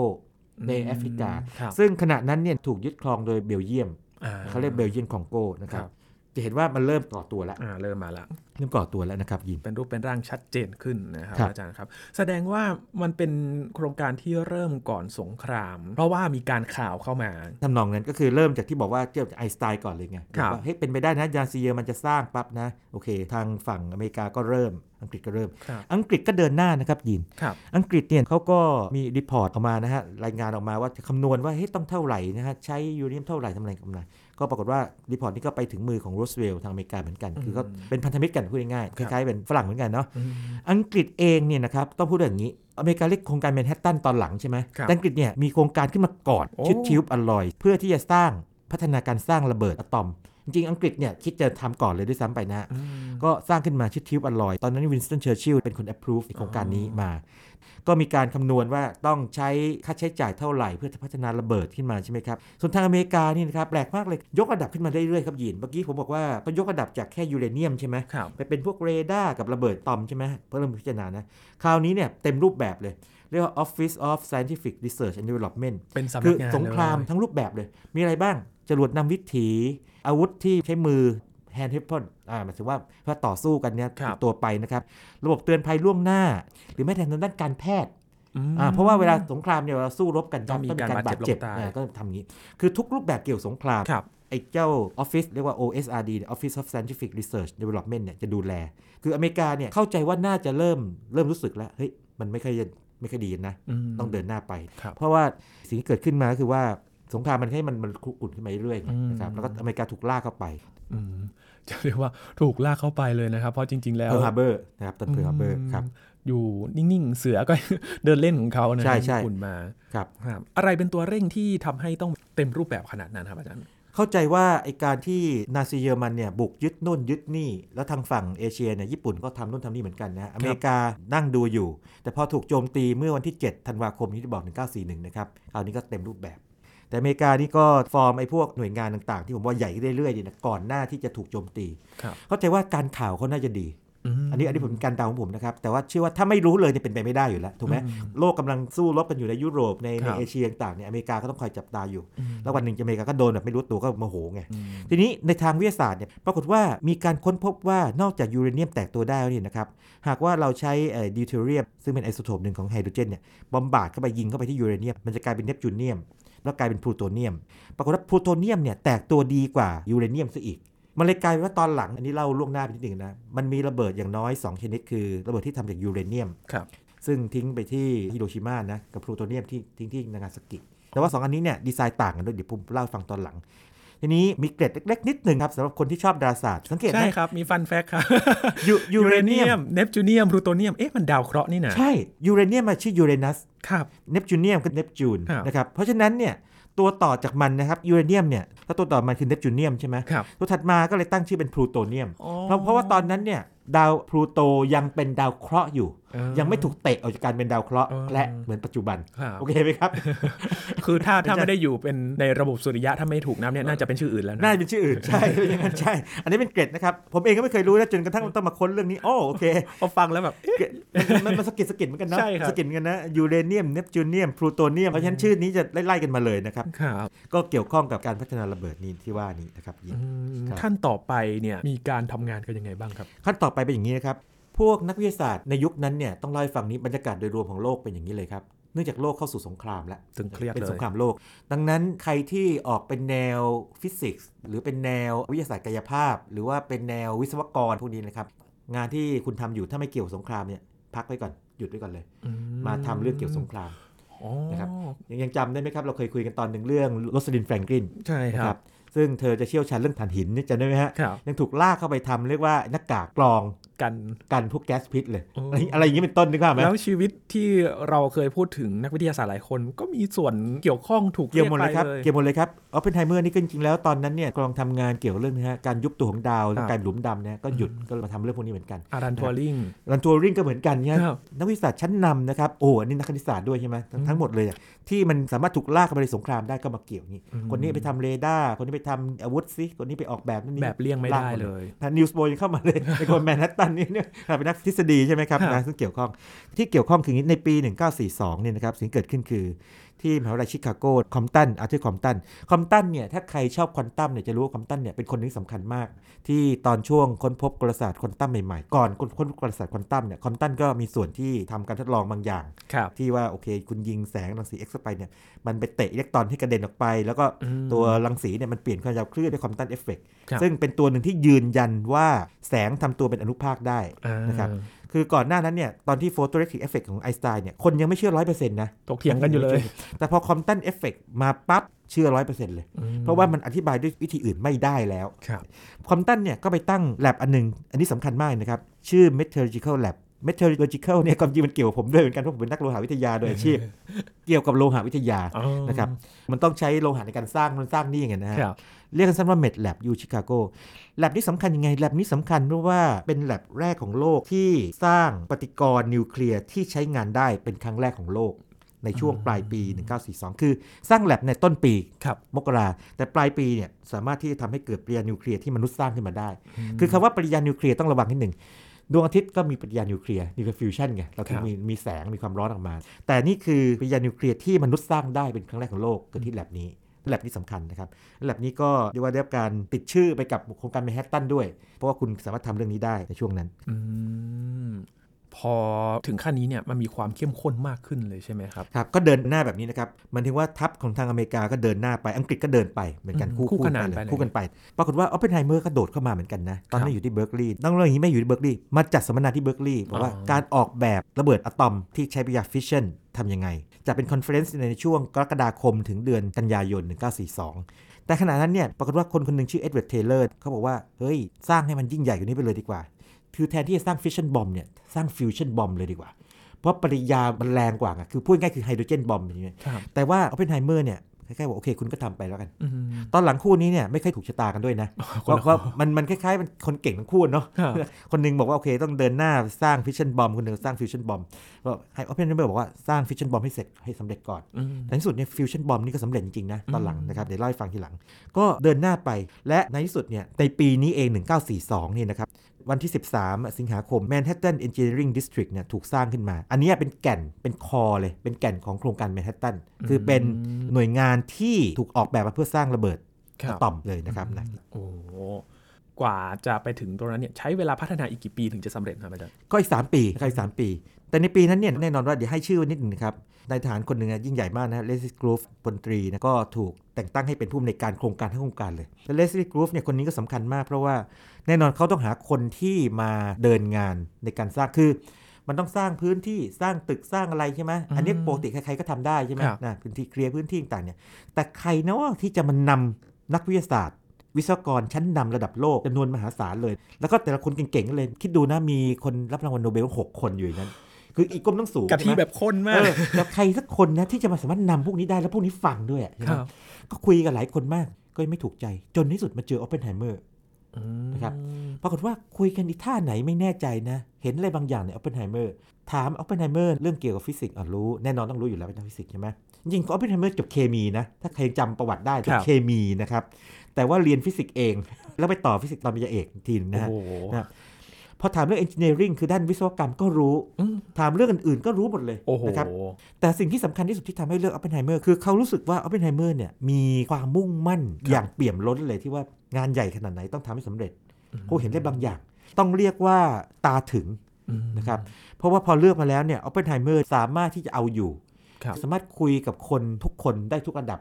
ในแอฟริกา
ครับ
ซึ่งขณะนั้นเนี่ยถูกยึดครองโดยเบลเยียม
อ่
เขาเรียกเบลเยียมคองโกนะครั
ครับ บ
จะเห็นว่ามันเริ่มก่อตัวแล้ว
อ่าเริ่มมาละ
เริ่มก่อตัวแล้วนะครับยิน
เป็นรูปเป็นร่างชัดเจนขึ้นนะครับ
ครับ
อาจารย์ครับ แสดงว่ามันเป็นโครงการที่เริ่มก่อนสงคราม เพราะว่ามีการข่าวเข้ามา
ทำนองนั้นก็คือเริ่มจากที่บอกว่าเจอไอสไตล์ก่อนเลยไง
ครับ
อกว่าเฮ้ยเป็นไปได้นะยานซีเยอร์มันจะสร้างปั๊บนะ โอเค ทางฝั่งอเมริกาก็เริ่ม อังกฤษก็เริ่ม
ครับ
อังกฤษก็เดินหน้านะครับยิน
ครับ
อังกฤษเนี่ยเขาก็มีรีพอร์ตออกมานะฮะรายงานออกมาว่าจะคำนวณว่าเฮ้ยต้องเท่าไหร่นะฮะใช้ยูเรเนียมเท่าไหร่ทำอะไรกำไรก็ปรากฏว่ารีพอร์ตนี้ก็ไปถึงมือของโรสเวลล์ทางอเมริกาเหมือนกัน คือก็เป็นพันธมิตรกันพูดง่ายๆคล้ายๆเป็นฝรั่งเหมือนกันเนาะ
อืม
อังกฤษเองเนี่ยนะครับต้องพูดอย่างนี้ อเมริกาเรียกโครงการแมนฮัตตันตอนหลังใช่ไหม
ครับ
แต่อังกฤษเนี่ยมีโครงการขึ้นมาก่อน
โอ้
ชื่อทิวบอลอยเพื่อที่จะสร้างพัฒนาการสร้างระเบิดอะตอม จริงๆอังกฤษเนี่ยคิดจะทำก่อนเลยด้วยซ้ำไปนะฮะ
อืม
ก็สร้างขึ้นมาชื่อทิวบอลลอยตอนนั้นวินสตันเชอร์ชิลเป็นคน approve โครงการนี้มา ก็มีการคำนวณว่าต้องใช้ค่าใช้จ่ายเท่าไหร่ เพื่อจะพัฒนาระเบิดขึ้นมาใช่ไหมครับ ส่วนทางอเมริกานี่นะครับแปลกมากเลย ยกระดับขึ้นมาเรื่อยๆครับยีนเมื่อกี้ผมบอกว่าก็ยกระดับจากแค่ยูเรเนียมใช่ไหม
ครับ
ไปเป็นพวกเรดาร์กับระเบิดตอมใช่ไหมเพื่อเริ่มพิจารณานะคราวนี้เนี่ยเต็มรูปแบบเลย เรียกว่า Office of Scientific Research and Development
เป็นสำ
คื
นั
อก
งาน
สงคราม
เลย
ทั้งรูปแบบเลย มีอะไรบ้าง จรวดนำวิถี อาวุธที่ใช้มือ hand weapon อ่าหมายถึงว่าเพื่อต่อสู้กันเนี่ย
ครับ
ตัวไปนะครับ ระบบเตือนภัยล่วงหน้า หรือแม้แต่ทางด้านการแพทย์
อืม
อ่าเพราะว่าเวลาสงครามเนี่ยเราสู้รบกัน
ต้องมีการบาดเจ็บล้มตาย
อ่าก็ทำอย่างนี้ คือทุกรูปแบบเกี่ยวสงคราม
ครับ
ไอ้เจ้าออฟฟิศเรียกว่า OSRD เนี่ย Office of Scientific Research Development เนี่ยจะดูแล คืออเมริกาเนี่ยเข้าใจว่าน่าจะเริ่มเริ่มรู้สึกแล้ว เฮ้ย มันไม่ค่อยจะไม่ค่อยดีนะ
ม
ต้องเดินหน้าไป
ครับ
เพราะว่าสิ่งที่เกิดขึ้นมาก็คือว่าสงครามมันให้มันมันคุกคุนขึ้นมาเรื่อยๆไง
อืม
นะครับแล้วก็อเมริกาถูกล่ากเข้าไป
อืมจะเรียกว่าถูกลากเข้าไปเลยนะครับ เพราะจริง ๆ แล้ว
เพิร์ฮาร์เบอร์นะครับตอนเพิร์ฮาร์เบอร์ครับ
อยู่นิ่ง ๆ เสือก็ เดินเล่นของเขานะ
ใช่ใช่
ญี่ปุ่นมา
ครับ
ครับอะไรเป็นตัวเร่งที่ทำให้ต้องเต็มรูปแบบขนาดนั้นครับอาจารย์
เข้าใจว่าไอการที่นาซีเยอรมันเนี่ยบุกยึดนู่นยึดนี่ แล้วทางฝั่งเอเชียเนี่ยญี่ปุ่นก็ทำนู่นทำนี่เหมือนกันนะอเมริกานั่งดูอยู่ แต่พอถูกโจมตีเมื่อวันที่ 7 ธันวาคมนี้ที่บอก 1941 นะครับคราวนี้ก็เต็มรูปแบบ แต่อเมริกานี่ก็ฟอร์มไอ้พวกหน่วยงานต่างๆ ที่ผมว่าใหญ่ขึ้นเรื่อยๆเนี่ยนะก่อนหน้าที่จะถูกโจมตี
ครับ
เข้าใจว่าการข่าวเขาน่าจะดี
ม
อันนี้อันนี้ผมการเดาของผมนะครับ แต่ว่าเชื่อว่าถ้าไม่รู้เลยเนี่ยเป็นไปไม่ได้อยู่แล้วถูกไหม
อืม
โลกกำลังสู้รบกันอยู่ในยุโรปใน
ค
ใน
รับ
เอเชียต่างๆเนี่ยอเมริกาก็ต้องคอยจับตาอยู่
อืม
แล้ววันหนึ่งอเมริกาก็โดนแบบไม่รู้ตัวก็โมโหไง
อืม
ทีนี้ในทางวิทยาศาสตร์เนี่ยปรากฏว่ามีการค้นพบว่านอกจากยูเรเนียมแตกตัวได้แล้วเนี่ยนะครับ หากว่าเราใช้ดิวเทเรียมซึ่งเป็นไอโซโทปหนึ่งของไฮโดรเจนเนี่ยบอมบาดเข้าไปยิงเข้าไปที่ยูเรเนียมมันจะกลายเป็นเนปจูเนียม แล้วกลายเป็นพลูโตเนียม ปรากฏว่าพลูโตเนียมเนี่ยแตกตัวดีกว่ายูเรเนียมซะอีก มันเลยกลายเป็นว่าตอนหลังอันนี้เล่าล่วงหน้าไปนิดหนึ่งนะมันมีระเบิดอย่างน้อยสองชนิดคือระเบิดที่ทำจากยูเรเนียม
ครับ
ซึ่งทิ้งไปที่ฮิโรชิมานะกับพลูโตเนียมที่ทิ้งที่นางาซากิ แต่ว่า 2 อันนี้เนี่ยดีไซน์ต่างกันด้วยเดี๋ยวผมเล่าให้ฟังตอนหลัง ทีนี้มีเกร็ดเล็ก ๆ นิดหนึ่งครับสำหรับคนที่ชอบดาราศาสตร์สังเกตไหม
ใช่ครับมีฟันแฟกครับ
ยูยูเรเนียม
เนปจูเนียมพลูโตเนียมเอ๊ะมันดาวเคราะห์นี่นะ
ใช่ยูเรเนียมมาชื่อยูเรนัส
ครับ
เนปจูเนียมก็เนปจูน
ครับ
นะครับเพราะฉะนั้นเนี่ยตัวต่อจากมันนะครับยูเรเนียมเนี่ยถ้าตัวต่อมันคือเนปจูเนียมใช่ไหม
ครับ
ตัวถัดมาก็เลยตั้งชื่อเป็นพลูโตเนียม
อ๋อ
เพราะเพราะว่าตอนนั้นเนี่ยดาวพลูโตยังเป็นดาวเคราะห์อยู่
เออ
ยังไม่ถูกเตะออกจากการเป็นดาวเคราะห์
เออ
และเหมือนปัจจุบัน
ครับ
โอเคไหมครับ
คือถ้าถ้าไม่ได้อยู่เป็นในระบบสุริยะถ้าไม่ถูกน้ำเนี่ยน่าจะเป็นชื่ออื่นแล้วนะ
น่าจะเป็นชื่ออื่น ใช่เป็นอย่างนั้นใช่ อันนี้เป็นเกร็ดนะครับ ผมเองก็ไม่เคยรู้นะจนกระทั่งต้องมาค้นเรื่องนี้ โอ้โอเค
พอฟังแล้วแบบ
เกร็ดมันมันมันสะกิดสะกิดเหมือนกันเนาะ
ใช่ครับ
สะกิดเหมือนกันนะยูเรเนียมเนปจูเนียมพลูโตเนียมเพราะฉะนั้นชื่อนี้จะไล่ๆกันมาเลยนะครับ
ครับ
ก็เกี่ยวข้องกับการพัฒนาระเบิดนี้ที่ว่านี้นะครับ ครับ
ขั้นต่อไปเนี่ยมีการทำงานกันยังไงบ้างครับ
ขั้นต่อไปเป็นอย่างนี้นะครับ พวกนักวิทยาศาสตร์ในยุคนั้นเนี่ยต้องเล่าให้ฟังนี้บรรยากาศโดยรวมของโลกเป็นอย่างนี้เลยครับเนื่องจากโลกเข้าสู่สงครามแล้ว
ตึงเครียด
เป็น
เล
ส
ย
งครามโลก ดังนั้นใครที่ออกเป็นแนวฟิสิกส์หรือเป็นแนววิทยาศาสตร์กายภาพ หรือว่าเป็นแนววิศวกรพวกนี้นะครับ งานที่คุณทำอยู่ถ้าไม่เกี่ยวกับสงครามเนี่ยพักไว้ก่อนหยุดไว้ก่อนเลย มาทำเรื่องเกี่ยวกับสงคราม
อ๋อ
นะครับ ยังยังจำได้ไหมครับเราเคยคุยกันตอนหนึ่งเรื่องโรสลินแฟรงกลิน
ใช่
นะ
ค
ค
รั
รั
บบ
ซึ่งเธอจะเชี่ยวชาญเรื่องถ่านหินเนี่ยจำได้ไหมฮะ
ครับ
ยังถูกลากเข้าไปทำเรียกว่าหน้ากากกรอง
กัน
กันพวกแก๊สพิษเลย
โอ้
อะไรอะไรอย่างนี้เป็นต้นนึกภาพไหม
แล้วชีวิตที่เราเคยพูดถึงนักวิทยาศาสตร์หลายคน ก็มีส่วนเกี่ยวข้องถูก
เกี่
เกี่
ย
ยว ว
หมด
ไป
เลยครับ
เลย
เกี่ยวหมดเลยครับออปเพนไฮเมอร์นี่ก็จริงๆแล้วตอนนั้นเนี่ยกำลังทำงานเกี่ยวเรื่องนะฮะการยุบตัวของดาว
ครับ
การหลุมดำเนี่ยก็หยุดก็มาทำเรื่องพวกนี้เหมือนกัน
อารันทัวริง
รันทัวริงก็เหมือนกันเนี่ย
ครับ
นักวิทยาศาสตร์ชั้นนำนะครับ โอ้อันนี้นักคณิตศาสตร์ด้วยใช่ไหมทั้งทั้งหมดเลยอะที่มันสามารถถูกลากเข้าไปในสงครามได้ก็มาเกี่ยวอย่างนี้
อืม
คนนี้ไปทำเรดาร์คนนี้ไปทำอาวุธซิคนนี้ไปออกแบบนั่นนี่
แบบเลี่ยงไม่ได้เลย
นิวส์โบยังเข้ามาเลยไอคนแมนฮัตตันนี่เนี่ยเป็นนักทฤษฎีใช่ไหมครับ
ครับ
นะซึ่งเกี่ยวข้องที่เกี่ยวข้องคืออย่างนี้ในปี 1942เนี่ยนะครับสิ่งที่เกิดขึ้นคือที่มหาวิทยาลัยชิคาโกคอมตันอาร์เธอร์คอมตันคอมตันเนี่ยถ้าใครชอบควอนตัมเนี่ยจะรู้ว่าคอมตันเนี่ยเป็นคนหนึ่งที่สำคัญมาก ที่ตอนช่วงค้นพบกลศาสตร์ควอนตัมใหม่ๆ ก่อนค้นพบกลศาสตร์ควอนตัมเนี่ยคอมตันก็มีส่วนที่ทำการทดลองบางอย่าง
ครับ
ที่ว่าโอเค คุณยิงแสงรังสีเอ็กซ์เข้าไปเนี่ยมันไปเตะอิเล็กตรอนที่กระเด็นออกไป แล้วก็
อืม
ตัวรังสีเนี่ยมันเปลี่ยนความยาวคลื่นด้วยควอมตันเอฟเฟกต์
ครับ
ซึ่งเป็นตัวหนึ่งที่ยืนยันว่าแสงทำตัวเป็นอนุภาคได้
อ่า
นะครับ คือก่อนหน้านั้นเนี่ยตอนที่โฟโตเรติกเอฟเฟกของไอน์สไตน์เนี่ยคนยังไม่เชื่อร้อยเปอร์เซ็นต์นะ
ถกเถียงกันอยู่เลย
แต่พอควอมตันเอฟเฟกมาปั๊บเชื่อร้อยเปอร์เซ็นต์เลย
อืม
เพราะว่ามันอธิบายด้วยวิธีอื่นไม่ได้แล้ว
ครับ
คอมตันเนี่ยก็ไปตั้ง lab อันหนึง อันนี้สำคัญมากนะครับ ชื่อ metallurgical lab metallurgical เนี่ยความจริงมันเกี่ยวกับผมด้วยเหมือนกันเพราะผมเป็นนักโลหะวิทยาโดยอา ชีพ เกี่ยวกับโลหะวิทยา
อ๋อ
นะครับมันต้องใช้โลหะในการสร้างมันสร้างนี่อย่างเงี้ยนะฮะ
ครับ
เรียกกันสั้นว่า med lab อยู่ชิคาโก lab นี้สำคัญยังไง lab นี้สำคัญเพราะว่าเป็น lab แรกของโลกที่สร้างปฏิกรณ์นิวเคลียร์ที่ใช้งานได้เป็นครั้งแรกของโลก ในช่วงปลายปี 1942 คือสร้าง lab ในต้นปี
ครับ
มกราแต่ปลายปีเนี่ยสามารถที่จะทำให้เกิดปริยานิวเคลียร์ที่มนุษย์สร้างขึ้นมาได้ คือคำว่าปริยานิวเคลียร์ต้องระวังนิดหนึ่งดวงอาทิตย์ก็มีปริยานิวเคลียร์นิวเคลียร์ฟิวชันไงเราถึงมีมีแสงมีความร้อนออกมา แต่นี่คือปริยานิวเคลียร์ที่มนุษย์สร้างได้เป็นครั้งแรกของโลกเกิดที่แลบนี้แลบนี้สำคัญนะครับแลบนี้ก็เรียกว่าได้รับการติดชื่อไปกับโครงการแมนฮัตตันด้วย เพราะว่าคุณสามารถทำเรื่องนี้ได้ในช่วงนั้น
อืม พอถึงขั้นนี้เนี่ยมันมีความเข้มข้นมากขึ้นเลยใช่ไหมครับ
ครับก็เดินหน้าแบบนี้นะครับหมันถึงว่าทัพของทางอเมริกาก็เดินหน้าไปอังกฤษก็เดินไปเหมือนกัน
อืม
คู่
คู่ขนาน
เลย
ไปเลย
คู่กันไป ปรากฏว่าออปเพนไฮเมอร์ก็โดดเข้ามาเหมือนกันนะ ตอน
ครั
นั้
บ
นอยู่ที่เบิร์กลีย์นั่งเรื่องอย่างนี้ไม่อยู่ที่เบิร์กลีย์มาจัดสัมมนาที่เบิร์กลีย์บอกว่า
อ๋อ
การออกแบบระเบิดอะตอมที่ใช้ปยาฟิชเชนทำยังไง จะเป็นคอนเฟอเรนซ์ในช่วงกรกฎาคมถึงเดือนกันยายน 1942 แต่ขณะนั้นเนี่ยปรากฏว่าคนคนหนึ่งชื่อเอ็ดเวิร์ดเทเลอร์เขาบอกว่าเฮ้ยสร้างให้มันยิ่งใหญ่กว่านี้ไปเลยดีกว่า คือแทนที่จะสร้างฟิชเชนบอมเนี่ยสร้างฟิวชั่นบอมเลยดีกว่า เพราะปริยามันแรงกว่าไงคือพูดง่ายๆคือไฮโดรเจนบอมอย่างเงี้ย
ครับ
แต่ว่าออปเพนไฮเมอร์เนี่ยคล้ายๆบอกโอเคคุณก็ทำไปแล้วกัน
อืม
ตอนหลังคู่นี้เนี่ยไม่ค่อยถูกชะตากันด้วยนะเพราะว่ามันมันคล้ายๆมันคนเก่งทั้งคู่เนาะ
ครับ
คนหนึงบอกว่าโอเคต้องเดินหน้าสร้างฟิชเชนบอมคนหนึงสร้างฟิวชั่นบอมก็ให้ออปเพนไฮเมอร์บอกว่าสร้างฟิชเชนบอมให้เสร็จให้สำเร็จก่อน
อืม
ในที่สุดเนี่ยฟิวชั่นบอมนี่ก็สำเร็จจริง ๆ นะ ตอนหลัง
อืม
นะครับ เดี๋ยวเล่าให้ฟังทีหลัง ก็เดินหน้าไปและในที่สุดเนี่ยในปีนี้เอง 1942 นี่นะครับ วันที่ 13 สิงหาคม Manhattan Engineering District เนี่ยถูกสร้างขึ้นมา อันเนี้ยเป็นแก่นเป็นคอเลย เป็นแก่นของโครงการแมนฮัตตันคือเป็นหน่วยงานที่ถูกออกแบบมาเพื่อสร้างระเบิด
ครั
อะ
บ
ตอมเลยนะครับนะ
โอ้โหกว่าจะไปถึงตรงนั้นเนี่ยใช้เวลาพัฒนาอีกกี่ปีถึงจะสำเร็จครับอาจารย์
ก็อีก 3 ปีนะครับอีก 3 ปี แต่ในปีนั้นเนี่ยแน่นอนว่าเดี๋ยวให้ชื่อไว้นิดหนึงนะครับนายทหารคนหนึ่งอะยิ่งใหญ่มากนะเลซิสกรูฟพลตรีนะก็ถูกแต่งตั้งให้เป็นผู้อำนวยการโครงการทั้งโครงการเลยและเลซิสกรูฟเนี่ยคนนี้ก็สำคัญมากเพราะว่าแน่นอนเขาต้องหาคนที่มาเดินงานในการสร้างคือ มันต้องสร้างพื้นที่สร้างตึกสร้างอะไรใช่ไหมอันนี้ปกติใครๆก็ทำได้ใช่ไหมนะพื้นที่เคลียร์พื้นที่ต่างๆเนี่ยแต่ใครเนาะที่จะมานำนักวิทยาศาสตร์ วิศวกรชั้นนำระดับโลกจำนวนมหาศาลเลย แล้วก็แต่ละคนเก่งๆกันเลย คิดดูนะมีคนรับรางวัลโนเบล 6 คนอยู่ในนั้น คืออีกกลมต้องสูง
กะทิ
ใช่ไหม
แบบข้นมาก
เออแล้วใครสักคนนะที่จะมาสามารถนำพวกนี้ได้แล้วพวกนี้ฟังด้วยใช่ไหม
ครับ
ก็คุยกันหลายคนมากก็ยังไม่ถูกใจ จนที่สุดมาเจอออปเพนไฮเมอร์ นะครับ ปรากฏว่าคุยกันอีท่าไหนไม่แน่ใจนะ เห็นอะไรบางอย่างในออปเพนไฮเมอร์ถามออปเพนไฮเมอร์เรื่องเกี่ยวกับฟิสิกส์อ่ะรู้แน่นอนต้องรู้อยู่แล้วเป็นนักฟิสิกส์ใช่ไหมจริงๆออปเพนไฮเมอร์จบเคมีนะ ถ้าใครจำประวัติได้จ
ครับ บ
เคมีนะครับ แต่ว่าเรียนฟิสิกส์เอง แล้วไปต่อฟิสิกส์ตอนปริญญาเอกอีกทีหนึงนะฮะ
โอ้โห
นะ พอถามเรื่อง engineering คือด้านวิศวกรรมก็รู้
อืม
ถามเรื่องอื่นๆก็รู้หมดเลย
โอ้โห
นะครับ แต่สิ่งที่สำคัญที่สุดที่ทำให้เลือกอ p ปเปนไฮเมอร์คือเขารู้สึกว่าอ p ปเปนไฮเมอร์เนี่ยมีความมุ่งมั่นอย่างเปี่ยมล้นเลยที่ว่างานใหญ่ขนาดไหนต้องทำให้สำเร็จเขาเห็นได้บางอย่าง ต้องเรียกว่าตาถึง
อืม
นะครับ เพราะว่าพอเลือกมาแล้วเนี่ยอ p ปเปนไฮเมอร์สามารถที่จะเอาอยู่
ครับ
สามารถคุยกับคนทุกคนได้ทุกระดับ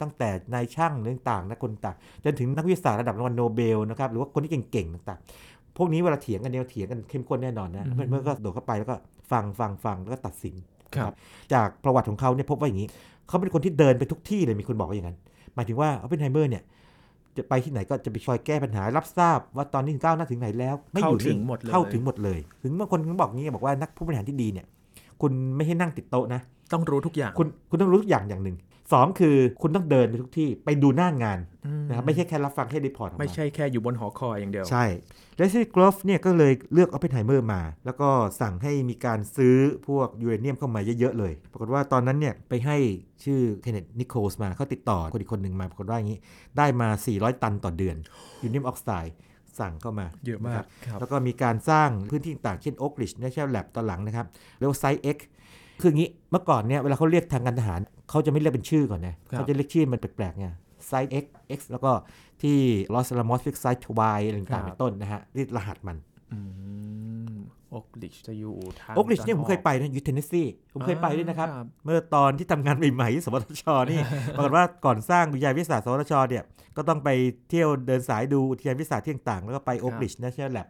ตั้งแต่นายช่างเรื่องต่างนะคนต่างจนถึงนักวิทยาศาสตร์ระดับรางวัลโนเบลนะครับหรือว่าคนที่เก่งๆต่างๆ พวกนี้เวลาเถียงกันเนี่ยเถียงกันเข้มข้นแน่นอนนะ
อืม
เพื่อนๆก็โดดเข้าไปแล้วก็ฟังฟังฟังแล้วก็ตัดสิน
ครับ
จากประวัติของเขาเนี่ยพบว่าอย่างนี้ เขาเป็นคนที่เดินไปทุกที่เลยมีคนบอกว่าอย่างนั้น หมายถึงว่าเอาเป็นไฮเมอร์เนี่ยจะไปที่ไหนก็จะไปคอยแก้ปัญหารับทราบว่าตอนนี้ถึงก้าวหน้าถึงไหนแล้ว ไม่อยู่
เข้า
นิ่
ถึงหมดเลย
เข้าถึงหมดเลย ถึงบางคนบอกงี้บอกว่านักผู้บริหารที่ดีเนี่ยคุณไม่ให้นั่งติดโต๊ะนะ
ต้องรู้ทุกอย่าง
คุณคุณต้องรู้ทุกอย่างอย่างหนึ่งสองคือคุณต้องเดินไปทุกที่ไปดูหน้างาน
อื
นะครับไม่ใช่แค่รับฟังแค่รีพอร์ตออกา
ไม่ใช่แค่อยู่บนหอคอยอย่างเดียว
ใช่เลซี่กรอฟเนี่ยก็เลยเลือกออปเพนไฮเมอร์มา แล้วก็สั่งให้มีการซื้อพวกยูเรเนียมเข้ามาเยอะ ๆ เลย ปรากฏว่าตอนนั้นเนี่ยไปให้ชื่อเทเนตนิโคลสมาเขาติดต่อคนอีกคนหนึ่งมาปรากฏว่าอย่างนี้ ได้มา 400 ตันต่อเดือนยูเรเนียมออกไซด์สั่งเข้ามา
เยอะมาก
นครับ
ครับ
แล้วก็มีการสร้างพื้นที่ต่างๆ เช่นโอ๊กริชเนชั่นแลบตอนหลังนะครับเรียกว่าไซต์เอ็กคืออย่างนี้เมื่อก่อนเนี่ยเวลาเขาเรียกทางการทหารเขาจะไม่เรียกเป็นชื่อก่อนนะเขาจะเรียกชื่อมันแปลกๆไงไซต์ X X แล้วก็ที่ลอสลามอสฟิกไซต์ทวายอะไรต่างๆเป็น ต้นนะฮะนี่รหัสมัน
อืมโอกลิชจะอยู่ทาง
โอกลิชเนี่ย
ต
ผ
อ
ม
อ
เค
อก
ยไปนะยูเทนเนสซีผมเคยไปด้วยนะครับ
อ่าครับ
เมื่อตอนที่ทำงานใหม่ๆที่สวทชนี่ ปรากฏว่าก่อนสร้างวิทยาวิทยาศาสตร์สวทชเนี่ยก็ต้องไปเที่ยวเดินสายดูอุทยานวิทยาศาสตร์ที่ต่างๆ แล้วก็ไปโอกลิชนะใช่แลบ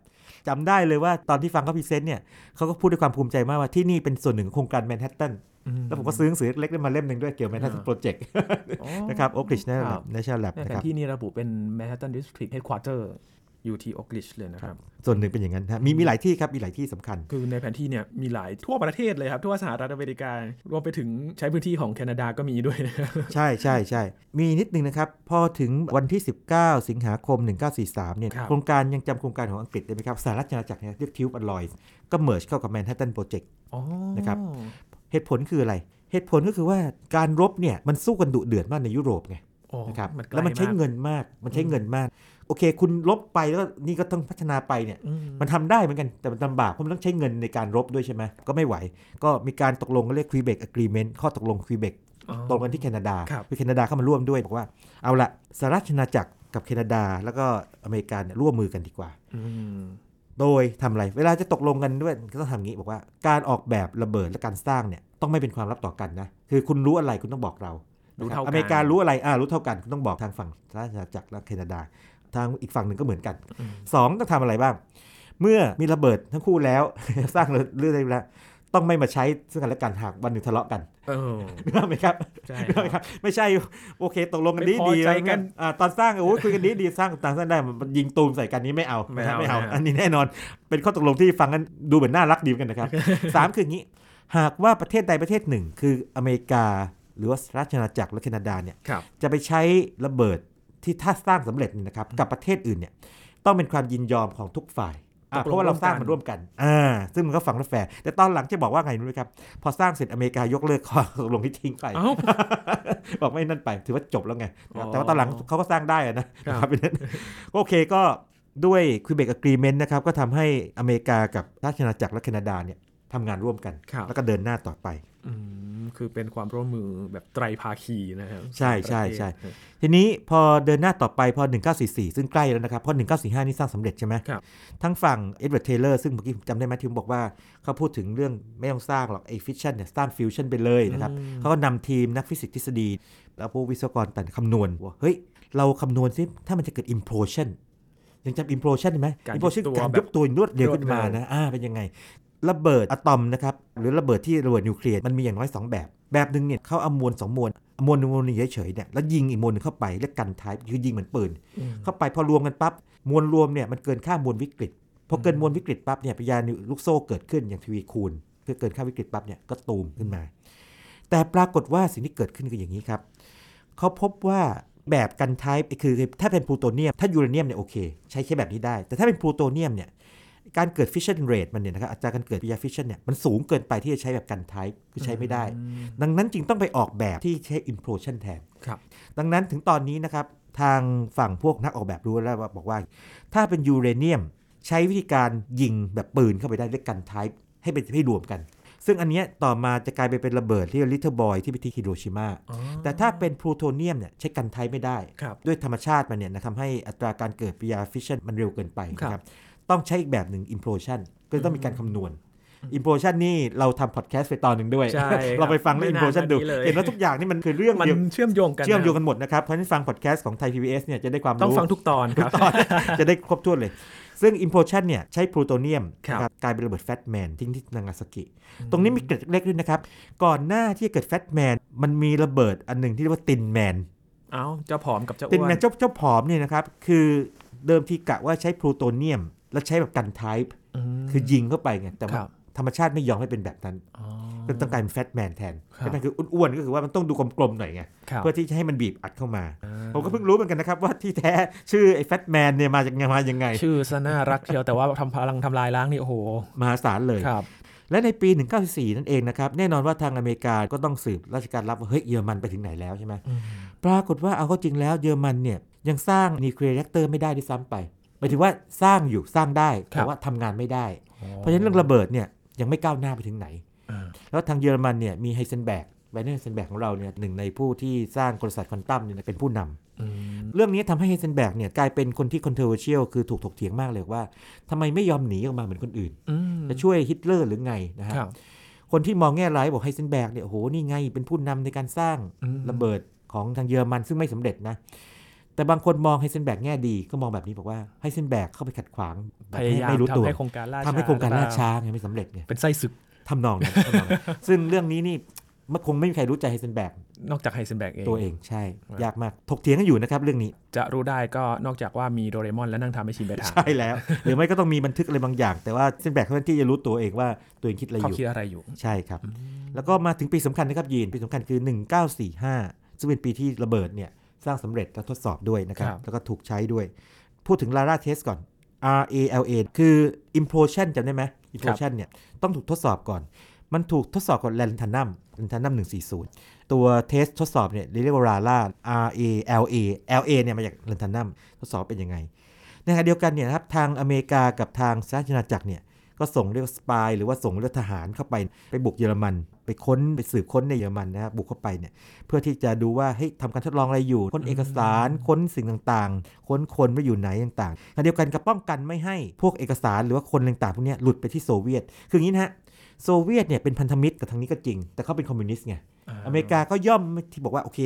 จำได้เลยว่าตอนที่ฟังเขาพรีเซนต์เนี่ยเขาก็พูดด้วยความภูมิใจมากว่าที่นี่เป็นส่วนหนึ่งของโครงการแมนฮัตตัน
อื
แล้วผมก็ซื้อหนังสือเล็กๆมาเล่มหนึ่งด้วยเกี่ยวกับแมนฮัตตันโปรเจกต์
อ๋อ
นะครับโอกลิชนะใช่แลบ
เนี่ย
นะ
แผ
คน รับ
ที่นี่ระบุเป็น Manhattan District Headquarter อยู่ที่โอกลิชเลยนะครับ
ส่วนหนึ่งเป็นอย่างนั้นนะฮะมีมีหลายที่ครับมีหลายที่สำคัญ
คือในแผนที่เนี่ยมีหลายทั่วประเทศเลยครับ ทั่วสหรัฐอเมริการวมไปถึงใช้พื้นที่ของแคนาดาก็มีด้วยนะครับ
ใช่ใช่ใช่ มีนิดนึงนะครับ พอถึงวันที่ 19 สิงหาคม 1943 เนี่ย
ครับ
โครงการยังจำโครงการของอังกฤษได้ไหมครับ สหรัฐอาณาจักรเนี่ยเรียกทิวบ์อลอยส์ก็เมิร์ชเข้ากับแมนฮัตตันโปรเจกต์
อ๋อ
นะครับ เหตุผลคืออะไร เหตุผลก็คือว่าการรบเนี่ย มันสู้กันดุเดือดมากในยุโรปไง
อ๋อ
นะครับ
มันไก
แล้วมันใช้
าก
เงินมาก มันใช้เงินมาก โอเค คุณรบไปแล้วก็นี่ก็ต้องพัฒนาไปเนี่ย
อื
มันทำได้เหมือนกัน แต่มันลำบากเพราะมันต้องใช้เงินในการรบด้วยใช่ไหมก็ไม่ไหว ก็มีการตกลงก็เรียกควีเบกอะกรีเมนต์ข้อตกลงควีเบก
อ๋อ
ตรงกันที่แคนาดา
ครับ
อแคนาดาเข้ามาร่วมด้วย บอกว่า เอาละสหราชอาณาจักรกับแคนาดาแล้วก็อเมริกาเนี่ยร่วมมือกันดีกว่า
อืม
โดยทำอะไร เวลาจะตกลงกันด้วยก็ต้องทำงี้บอกว่าการออกแบบระเบิดและการสร้างเนี่ยต้องไม่เป็นความลับต่อกันนะคือคุณรู้อะไรคุณต้องบอกเรา
รู้
นะค
เท่า
บ
กัน
อเมริการู้อะไรอ่ารู้เท่ากันคุณต้องบอกทางฝั่งสหราชอาณาจักรและแคนาดา ทางอีกฝั่งหนึ่งก็เหมือนกันสองต้องทำอะไรบ้าง เมื่อมีระเบิดทั้งคู่แล้ว สร้างเรื่องอะไรแล้วต้องไม่มาใช้ซึ่งกันและกันหากวันหนึ่งทะเลาะกัน
เออ
นึกภาพไหมครับ
ใช่
นึกภาพไหมครับ ไม่ใช่โอเคตกลงกันดี
ไม่พอ
ดี
ใจ
แล้ว
กัน
อ่าตอนสร้างโอ้ยคุยกันดีดีสร้างต่างสร้างได้มันยิงตูมใส่กันนี้ไม่เอา
ไม่เอา
ไม่เอา
ไม่เอา
อันนี้แน่นอน เป็นข้อตกลงที่ฟังกันดูเหมือนน่ารักดีเหมือนกัน นะครับ สามคืออย่างนี้ หากว่าประเทศใดประเทศหนึ่ง คืออเมริกา หรือว่าสหราชอาณาจักรและแคนาดาเนี่ย
ครับ
จะไปใช้ระเบิดที่ถ้าสร้างสำเร็จนี่นะครับกับประเทศอื่นเนี่ยต้องเป็นความยินยอมของทุกฝ่ายอ่ะ
ตกลง
เพราะว่าเราสร้างมัน
ร่
ร่
ว
ว
ม
ม
กั
กัน นอ่าซึ่งมันก็ฝังและแฝงแต่ตอนหลังจะบอกว่าไงรู้ไหมครับ พอสร้างเสร็จอเมริกายกเลิก ข้อตกลงที่ทิ้งไป
เอ้า
บอกไม่นั่นไป ถือว่าจบแล้วไงนะครับ
อ๋อ
แต่ว่าตอนหลังเขาก็สร้างได้อะนะ
ครั
นะ
บ
ครับเพราะฉะนั้น โอเคก็ด้วยค u เบกอะกรีเมนต์นะครับก็ทำให้อเมริกากับราชอาณาจักรและแคนาดาเนี่ยทำงานร่วมกัน
ครับ
แล้วก็เดินหน้าต่อไป
อืมคือเป็นความร่วมมือแบบไตรภาคีนะครับ
ใช่ใช่ใช่
ประเทศ
ทีนี้พอเดินหน้าต่อไปพอ 1944 ซึ่งใกล้แล้วนะครับ เพราะ 1945 นี่สร้างสำเร็จใช่ไหม
ครับ
ทั้งฝั่งเอ็ดเวิร์ดเทเลอร์ซึ่งเมื่อกี้ผมจำได้ไหมที่ผมบอกว่าเขาพูดถึงเรื่องไม่ต้องสร้างหรอกไอ้ฟิชชันเนี่ยสร้างฟิวชั่นไปเลยนะครับ
อืม
เขาก็นำทีมนักฟิสิกส์ทฤษฎี แล้วพวกวิศวกรต่างคำนวณว่าเฮ้ย เราคำนวณซิถ้ามันจะเกิด implosion ยังจำ implosion ได้ไหม
การยุบ
implosion
ตัว
การ
แบบ
ยุบตัวรวดเร็วขึ้นมา
เร็ว
นะอ่าเป็นยังไง ระเบิดอะตอมนะครับหรือระเบิดที่ระเบิดนิวเคลียร์มันมีอย่างน้อยสองแบบ แบบหนึ่งเนี่ยเขาเอามวลสองมวลมวลหนึ่งมวลหนึ่งเฉยๆเนี่ยแล้วยิงอีกมวลหนึ่งเข้าไปเรียกกันท้ายคือยิงเหมือนปืน
อืม
เข้าไปพอรวมกันปั๊บมวลรวมเนี่ยมันเกินค่ามวลวิกฤตพอเกินมวลวิกฤตปั๊บเนี่ยพยานลูกโซ่เกิดขึ้นอย่างทวีคูณเพื่อเกินค่าวิกฤตปั๊บเนี่ยก็ตูมขึ้นมา แต่ปรากฏว่าสิ่งที่เกิดขึ้นคืออย่างนี้ครับเขาพบว่าแบบกันท้ายคือถ้าเป็นพลูโตเนียมถ้ายูเรเนียมเนี่ยโอเค ใช้แค่แบบนี้ได้ แต่ถ้าเป็นพลูโตเนียมเนี่ย การเกิดฟิชเชอร์เรทมันเนี่ยนะครับอัตราการเกิดปิยาฟิชเชอร์เนี่ยมันสูงเกินไปที่จะใช้แบบกันไทป์คือใช้ไม่ได้
อืม
ดังนั้นจึงต้องไปออกแบบที่ใช้อินโพรชันแทน
ครับ
ดังนั้นถึงตอนนี้นะครับ ทางฝั่งพวกนักออกแบบรู้แล้วว่าบอกว่า ถ้าเป็นยูเรเนียม ใช้วิธีการยิงแบบปืนเข้าไปได้เรียกกันไทป์ให้เป็นให้รวมกัน ซึ่งอันเนี้ยต่อมาจะกลายไปเป็นระเบิดที่ลิตเทิลบอยที่ไปที่ฮิโรชิมา
อ๋อ
แต่ถ้าเป็นพลูโทเนียมเนี่ยใช้กันไทป์ไม่ได้
ครับ
ด้วยธรรมชาติมันเนี่ยนะทำให้อัตราการเกิดปิยาฟิชชันมันเร็วเกินไป
ครับ
นะครับ ต้องใช้อีกแบบหนึ่ง implosion ก็ต้องมีการคำนวณ implosion นี่เราทำพอดแคสต์ไปตอนหนึ่งด้วย
ใช่ครับ
เราไปฟังเรื่อง
ไม่นาน
implosion ดู
มานี้เลย
เห็นว่าทุกอย่างนี่มันคือเรื่อง
มัน
เดียว
เชื่อมโยงกันนะ
เชื่อมโยงกันหมดนะครับ เพราะฉะนั้นฟังพอดแคสต์ของไทย PBS เนี่ยจะได้ความ
ต้อง
รู้
ฟังทุกตอนครับ
ตอน จะได้ครบถ้วนเลย ซึ่ง implosion เนี่ยใช้พลูโตเนียม
ครับ
นะครับกลายเป็นระเบิดแฟตแมนทิ้งที่นางาซากิ ตรงนี้มีเกร็ดเล็กด้วยนะครับ ก่อนหน้าที่จะเกิดแฟตแมนมันมีระเบิดอันหนึ่งที่เรียกว่าตินแมน
เอ้าเจ้าผอมกับเจ้า
เป็น
อ้วน
แมนเจ้าเจ้าผอมเนี่ยนะครับ คือเดิมทีกะว่าใช้พลูโตเนียม แล้วใช้แบบกันไทป์คือยิงเข้าไปไงแต่
ค
ว่า
รับ
ธรรมชาติไม่ยอมให้เป็นแบบนั้น
อ๋อ
ก็ต้องกลารเป็นแฟตแมนแทน
ครับ
แฟตแมนคืออ้วนๆก็คือว่ามันต้องดูกลมๆหน่อยไง
ครับ
เพื่อที่จะให้มันบีบอัดเข้ามา
อ่า
ผมก็เพิ่งรู้เหมือนกันนะครับ ว่าที่แท้ชื่อไอ้แฟตแมนเนี่ยมาจากไงมายังไง
ชื่อซะน่ารักเชียวแต่ว่า ทำพลังทำลายล้างนี่โอ้โห
มหาศาลเลย
ครับ
และในปี 1944 นั่นเองนะครับ แน่นอนว่าทางอเมริกาก็ต้องสืบราชการรับว่าเฮ้ยเยอรมันไปถึงไหนแล้วใช่ไหม
อืม
ปรากฏว่าเอาเข้าจริงแล้วเยอรมันเนี่ยยังสร้างนิวเคลียร์เรกเตอร์ไม่ได้ด้วยซ้ำไปหมายถึงว่าสร้างอยู่สร้างได้แต่ว่าทำงานไม่ได้ เพราะฉะนั้นเรื่องระเบิดเนี่ยยังไม่ก้าวหน้าไปถึงไหน
อ่า
แล้วทางเยอรมันเนี่ยมีไฮเซนแบกไวเนอร์ไฮเซนแบกของเราเนี่ยหนึ่งในผู้ที่สร้างกลศาสตร์ควอนตัมเนี่ยเป็นผู้นำ
อืม
เรื่องนี้ทำให้ไฮเซนแบกเนี่ยกลายเป็นคนที่คอนเท o v e r เชียลคือถูกถกเถียงมากเลยว่าทำไมไม่ยอมหนีออกมาเหมือนคนอื่น
อืม
จะช่วยฮิตเลอร์หรือไงนะฮะ
ครับ
คนที่มองแง่ร้ายบอกไฮเซนแบกเนี่ยโอ้โหนี่ไงเป็นผู้นำในการสร้าง
อืม
ระเบิดของทางเยอรมันซึ่งไม่สำเร็จนะ แต่บางคนมองไฮเซนแบกแง่ดีก็มองแบบนี้บอกว่าไฮเซนแบกเข้าไปขัดขวางแบบ
พยายาม
ไม่รู้ตัว
ทำให้โครงการล่าช้า
ทำให้โครงการล่าช้าไงไม่สำเร็จไง
เป็นไส้ศึก
ทำนองนั้นทำนองนั้น ซึ่งเรื่องนี้นี่มันคงไม่มีใครรู้ใจไฮเซนแบก
นอกจากไฮเซนแบกเอง
ตัวเองใช่
ครับ
ยากมากถกเถียงกันอยู่นะครับเรื่องนี้
จะรู้ได้ก็นอกจากว่ามีโดเรมอนและนั่งทำให้ชินไปทาง
ใช่แล้ว หรือไม่ก็ต้องมีบันทึกอะไรบางอย่าง แต่ว่าเซนแบกเขาเป็นที่จะรู้ตัวเองว่าตัวเองคิดอะไรอ
เขา
ยู่
คิดอะไรอยู่
ใช่ครับ แล้วก็มาถึงปีสำคัญนะครับยีนปีสำคัญคือ 1945 ซึ่งเป็นปีที่ระเบิดเนี่ยสร้างสำเร็จและทดสอบด้วยนะครับ
ครับ
แล้วก็ถูกใช้ด้วย พูดถึงลา r a าเทสก่อน R A L A คือ implosion จำได้ไหม implosion เนี่ยต้องถูกทดสอบก่อน มันถูกทดสอบกับแลนทานัมแลนทานัม140 ตัวเทสทดสอบเนี่ยเรียกว่า RALA R A L A L A เนี่ยมาจากแลนทานัมทดสอบเป็นยังไง ในขณะเดียวกันเนี่ยนะครับทางอเมริกากับทางสหราชอาณาจักรเนี่ย ก็ส่งเรียกว่าสปายหรือว่าส่งเรียกว่าทหารเข้าไปไปบุกเยอรมัน ไปค้นไปสืบค้นในเยอรมันนะครับบุกเข้าไปเนี่ยเพื่อที่จะดูว่าเฮ้ยทำการทดลองอะไรอยู่ ค้นเอกสารค้นสิ่งต่างๆ ค้นคนว่าอยู่ไหนต่างๆขณะเดียวกันก็ป้องกันไม่ให้พวกเอกสารหรือว่าคนต่างๆพวกเนี้ยหลุดไปที่โซเวียต คืออย่างนี้นะฮะโซเวียตเนี่ยเป็นพันธมิตรกับทางนี้ก็จริง แต่เขาเป็นคอมมิวนิสต์ไง อเมริกาก็ย่อมที่บอกว่าโอเค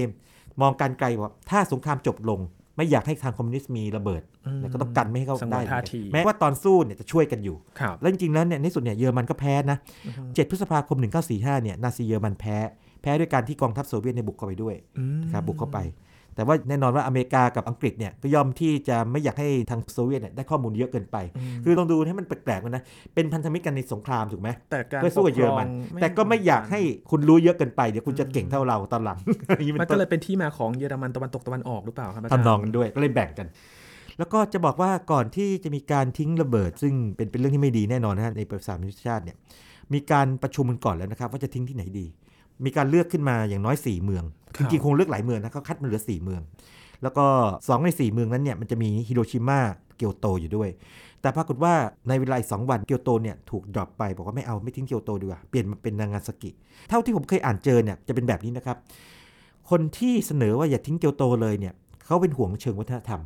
มองการไกลว่าถ้าสงครามจบลง ไม่อยากให้ทางคอมมิวนิสต์มีระเบิด
อืม
แล้วก็ต้องกันไม่ให้เขา
สงวน
ได้เหมือน
ท่า
กัน
ที
แม้ว่าตอนสู้เนี่ยจะช่วยกันอยู่
ครับ
แล้วจริงๆแล้วเนี่ยในที่สุดเนี่ยเยอรมันก็แพ้นะ
อือฮึ
7 พฤษภาคม 1945 เนี่ยนาซีเยอรมันแพ้ แพ้ด้วยการที่กองทัพโซเวียตเนี่ยบุกเข้าไปด้วย
อืม
นะครับบุกเข้าไป แต่ว่าแน่นอนว่าอเมริกากับอังกฤษเนี่ยก็ย่อมที่จะไม่อยากให้ทางโซเวียตเนี่ยได้ข้อมูลเยอะเกินไป คือลองดูให้มันแปลกๆมันนะเป็นพันธมิตรกันในสงครามถูกไหม
แต่การ
เพื่อสู้กับเยอรมั
ป
น
ครอง
แต่ก็ไม่อยากให้คุณรู้เยอะเกินไป เดี๋ยวคุณจะเก่งเท่าเราตอนหลัง อย่างนี้
มั
เป็น น
ก็
ต้น
เลยเป็นที่มาของเยอรมันตะวันตกตะวันออกหรือเปล่าครับาจารย์
ทำนองกันด้วย ก็เลยแบ่งกัน แล้วก็จะบอกว่าก่อนที่จะมีการทิ้งระเบิด ซึ่งเป็นเป็นเรื่องที่ไม่ดีแน่นอนนะฮะในประวัติศาสตร์มนุษยชาติเนี่ย มีการประชุมกันก่อนแล้วนะครับ ว่าจะทิ้งที่ไหนดี มีการเลือกขึ้นมาอย่างน้อย 4 เมือง จริงๆคงเลือกหลายเมืองนะเขาคัดมาเหลือ 4 เมือง แล้วก็ 2 ใน 4 เมืองนั้นเนี่ยมันจะมีฮิโรชิมาเกียวโตอยู่ด้วย แต่ปรากฏว่าในเวลาอีกสองวันเกียวโตเนี่ยถูกดรอปไปบอกว่าไม่เอาไม่ทิ้งเกียวโตดีกว่าเปลี่ยนมาเป็นนางาซากิ เท่าที่ผมเคยอ่านเจอเนี่ยจะเป็นแบบนี้นะครับ คนที่เสนอว่าอย่าทิ้งเกียวโตเลยเนี่ยเขาเป็นห่วงเชิงวัฒนธรรม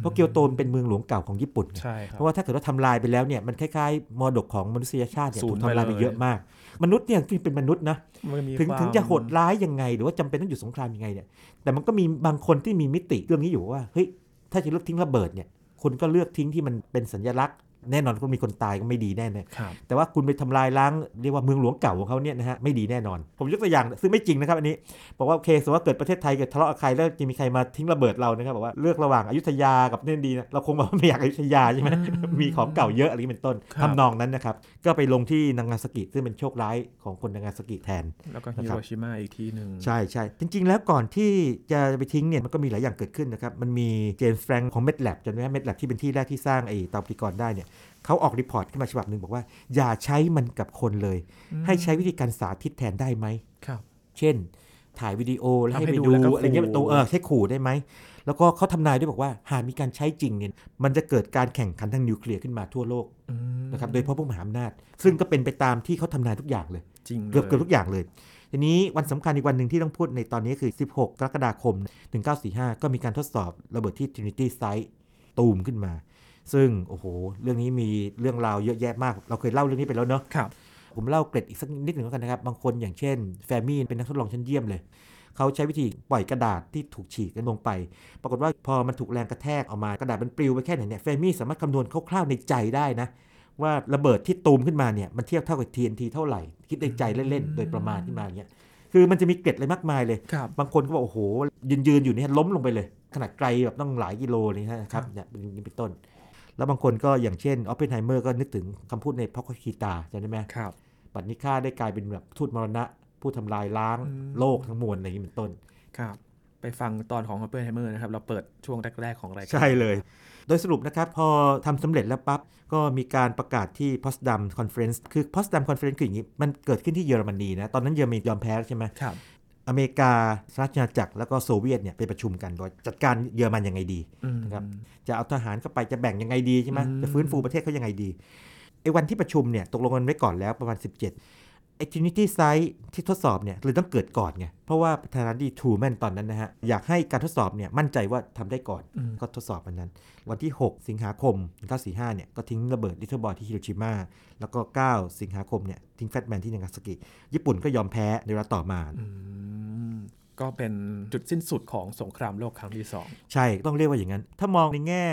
เพราะเกียวโตมันเป็นเมืองหลวงเก่าของญี่ปุ่นไง
ใช่ครับ
เพราะว่าถ้าเกิดว่าทำลายไปแล้วเนี่ยมันคล้ายๆมรดกของมนุษยชาติเนี่ย
ศู
ถู
นย์
ก
ไป
ทำลายไป
เลย
เยอะมาก มนุษย์เนี่ยที่เป็นมนุษย์นะ
มันมี
ถึง
ความ
ถึงจะโหดร้ายยังไง หรือว่าจำเป็นต้องอยู่สงครามยังไงเนี่ยแต่มันก็มีบางคนที่มีมิติเรื่องนี้อยู่ว่าเฮ้ยถ้าจะเลือกทิ้งระเบิดเนี่ยคุณก็เลือกทิ้งที่มันเป็นสัญลักษณ์ แน่นอนก็มีคนตายก็ไม่ดีแน่เลย
ครับ
แต่ว่าคุณไปทำลายล้างเรียกว่าเมืองหลวงเก่าของเขาเนี่ยนะฮะไม่ดีแน่นอน ผมยกตัวอย่างซึ่งไม่จริงนะครับอันนี้บอกว่าโอเคสมมติว่าเกิดประเทศไทยเกิดทะเลาะกับใครแล้วจะมีใครมาทิ้งระเบิดเรานะครับบอกว่าเลือกระหว่างอยุธยากับเนี่ยดีนะเราคงบอกว่าไม่อยากอยุธยาใช่ ไหม
อืม
มีของเก่าเยอะอะไรเป็นต้น
ครับ
ทำนองนั้นนะครับ ก็ไปลงที่นางาซากิซึ่งเป็นโชคร้ายของคนนางาซากิแทน
แล้วก็
นะครับ
ฮิโรชิมาอีกที่หนึ่ง
ใช่ใช่จริง ๆ แล้วก่อนที่จะไปทิ้งเนี่ยมันก็มีหลายอย่างเกิดขึ้นนะครับ มันมีเจมส์แฟรงค์ของเมดแลบจำได้ไหมเมดแลบที่เป็นที่แรกที่สร้างไอ้เตาปฏิกรณ์ได้เนี่ยเขาออกรีพอร์ตขึ้นมาฉบับหนึ่งบอกว่า อย่าใช้มันกับคนเลย
อืม
ให้ใช้วิธีการสาธิตแทนได้ไหม
ครับ
เช่น ถ่ายวิดีโอแล้วให้
ทำให้
ไป
ดู
ดู
แล้วก็
อะไรเงี้ย
ขู่
ประตูเออใช้ขู่ได้ไหม แล้วก็เขาทำนายด้วยบอกว่าหากมีการใช้จริงเนี่ยมันจะเกิดการแข่งขันทางนิวเคลียร์ขึ้นมาทั่วโลก
อืม
นะครับโดยเฉพาะพวกมหาอำนาจ ซึ่งก็เป็นไปตามที่เขาทำนายทุกอย่างเลย
จริงลย
เกือบเกือบทุกอย่างเลย ทีนี้วันสำคัญอีกวันหนึ่งที่ต้องพูดในตอนนี้คือ 16 กรกฎาคม 1945 ก็มีการทดสอบระเบิดที่ Trinity Site ตูมขึ้นมา ซึ่ง โอ้โห เรื่องนี้มีเรื่องราวเยอะแยะมาก เราเคยเล่าเรื่องนี้ไปแล้วเนอะ
ครับ
ผมเล่าเกร็ดอีกสักนิดหนึ่งแล้วกันนะครับ บางคนอย่างเช่น แฟมี่เป็นนักทดลองชั้นเยี่ยมเลย เขาใช้วิธีปล่อยกระดาษที่ถูกฉีกกันลงไป ปรากฏว่าพอมันถูกแรงกระแทกออกมากระดาษมันปลิวไปแค่ไหนเนี่ยแฟมี่สามารถคำนวณคร่าวๆในใจได้นะ ว่าระเบิดที่ตูมขึ้นมาเนี่ยมันเทียบเท่ากับ TNT เท่าไหร่ คิดในใจเล่นๆ โดยประมาณขึ้นมาอย่างเงี้ยคือมันจะมีเกร็ดอะไรมากมายเลย
ครับ
บางคนก็บอกโอ้โห ยืนยืนๆอยู่เนี่ยล้มลงไปเลย ขนาดไกลแบบต้องหลายกิโลเลยนะครับเนี่ยเป็นต้น แล้วบางคนก็อย่างเช่นออปเพนไฮเมอร์ก็นึกถึงคำพูดในพ็อกคีตาจำได้ไหม
ครับ
ปัตนิฆาได้กลายเป็นแบบทูตมรณะ ผู้ทำลายล้าง
อืม
โลกทั้งมวลอะไรอย่างนี้เป็นต้น
ครับ ไปฟังตอนของฮอปเปอร์ไฮเมอร์นะครับ เราเปิดช่วงแรก ๆ ของรายการ
ใช่เลย โดยสรุปนะครับ พอทำสำเร็จแล้วปั๊บ ก็มีการประกาศที่พอสดัมคอนเฟรนซ์คือพอสดัมคอนเฟรนซ์คืออย่างนี้ มันเกิดขึ้นที่เยอรมนีนะ ตอนนั้นเยอรมนียอมแพ้แล้วใช่ไหม
ครับ
อเมริกาสหราชอาณาจักรแล้วก็โซเวียตเนี่ยไปประชุมกันว่าจัดการเยอรมันยังไงดี
อืม
นะครับ จะเอาทหารเข้าไปจะแบ่งยังไงดีใช่ไหม
อืม
จะฟื้นฟูประเทศเขายังไงดีไอ้วันที่ประชุมเนี่ยตกลงกันไว้ก่อนแล้วประมาณ 17ไอ้ Trinity Site ที่ทดสอบเนี่ยเลยต้องเกิดก่อนไงเพราะว่าประธานาธิบดีทรูแมนตอนนั้นนะฮะอยากให้การทดสอบเนี่ยมั่นใจว่าทำได้ก่อน
อืม
ก็ทดสอบวันนั้น วันที่ 6 สิงหาคม 1945เนี่ยก็ทิ้งระเบิดลิทเทิลบอยที่ฮิโรชิมาแล้วก็ 9 สิงหาคมเนี่ยทิ้งแฟตแมนที่นางาซากิญี่ปุ่นก็ยอมแพ้ในเวลาต่อมา
อืมก็เป็นจุดสิ้นสุดของสงครามโลกครั้งที่สอง
ใช่ ต้องเรียกว่าอย่างนั้น ถ้ามองในแง่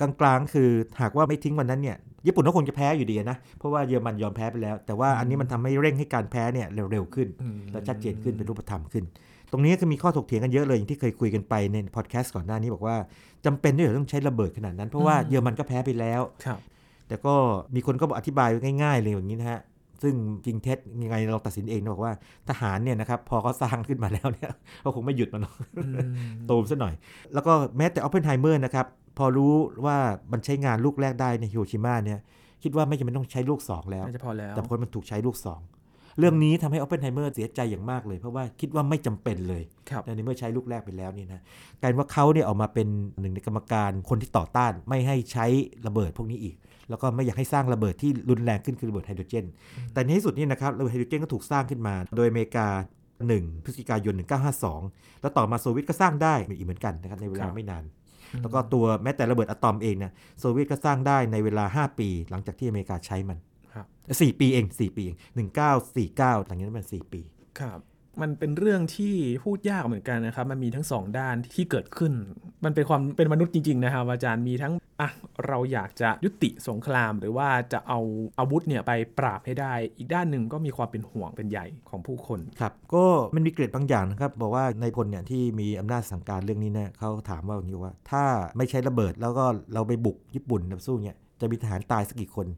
กลางๆ คือหากว่าไม่ทิ้งวันนั้นเนี่ย ญี่ปุ่นก็คงจะแพ้อยู่ดีนะ เพราะว่าเยอรมันยอมแพ้ไปแล้ว แต่ว่าอันนี้มันทำให้เร่งให้การแพ้เนี่ยเร็วๆขึ้น
อืม
และชัดเจนขึ้นเป็นรูปธรรมขึ้น ตรงนี้ก็มีข้อถกเถียงกันเยอะเลยอย่างที่เคยคุยกันไปในพอดแคสต์ก่อนหน้านี้บอกว่าจำเป็นด้วยเหรอต้องใช้ระเบิดขนาดนั้น เพราะว่าเยอรมันก็แพ้ไปแล้ว
ครับ
แต่ก็มีคนก็บอกอธิบายไว้ง่ายๆเลยอย่างนี้นะฮะ ซึ่งจริงเท็จยังไงเราตัดสินเองนะบอกว่าทหารเนี่ยนะครับพอเขาสร้างขึ้นมาแล้วเนี่ยเขาคงไม่หยุดมันหรอก
อืม
ตูมซะหน่อย แล้วก็แม้แต่ออปเพนไฮเมอร์นะครับ พอรู้ว่ามันใช้งานลูกแรกได้ในฮิโรชิมาเนี่ย คิดว่าไม่จำเป็นต้องใช้ลูก 2 แล้ว
น่าจะพอแล้ว
แต่คนมันถูกใช้ลูก 2 เรื่องนี้ทำให้ออปเพนไฮเมอร์เสียใจอย่างมากเลย เพราะว่าคิดว่าไม่จำเป็นเลย
ครับ
แต่ในเมื่อใช้ลูกแรกไปแล้วเนี่ยนะกลารว่าเขาเนี่ยออกมาเป็นหนึ่งในกรรมการคนที่ต่อต้านไม่ให้ใช้ระเบิดพวกนี้อีก แล้วก็ไม่อยากให้สร้างระเบิดที่รุนแรงขึ้นคือระเบิดไฮโดรเจน แต่ในที่สุดนี่นะครับระเบิดไฮโดรเจนก็ถูกสร้างขึ้นมา โดยอเมริกา 1 พฤศจิกายน 1952 แล้วต่อมาโซเวียตก็สร้างได้อีกเหมือนกันนะครับในเวลา
ครับ
ไม่นาน แล้วก็ตัวแม้แต่ระเบิดอะตอมเองเนี่ยโซเวียตก็สร้างได้ในเวลา 5 ปี หลังจากที่อเมริกาใช้มัน
ครับ
4 ปีเอง 4 ปีเอง 1949 หลังจากนั้นมัน 4 ปี
ครับ มันเป็นเรื่องที่พูดยากเหมือนกันนะครับ มันมีทั้งสองด้านที่เกิดขึ้น มันเป็นความเป็นมนุษย์จริงๆนะครับอาจารย์มีทั้งอ่ะเราอยากจะยุติสงคราม หรือว่าจะเอาอาวุธเนี่ยไปปราบให้ได้ อีกด้านหนึ่งก็มีความเป็นห่วงเป็นใหญ่ของผู้คน
ครับก็มันมีเกร็ดบางอย่างนะครับบอกว่าในพลเนี่ยที่มีอำนาจสั่งการเรื่องนี้เนี่ยเขาถามว่าอย่างนี้ว่า ถ้าไม่ใช้ระเบิดแล้วก็เราไปบุกญี่ปุ่นนะสู้เนี่ยจะมีทหารตายสักกี่คน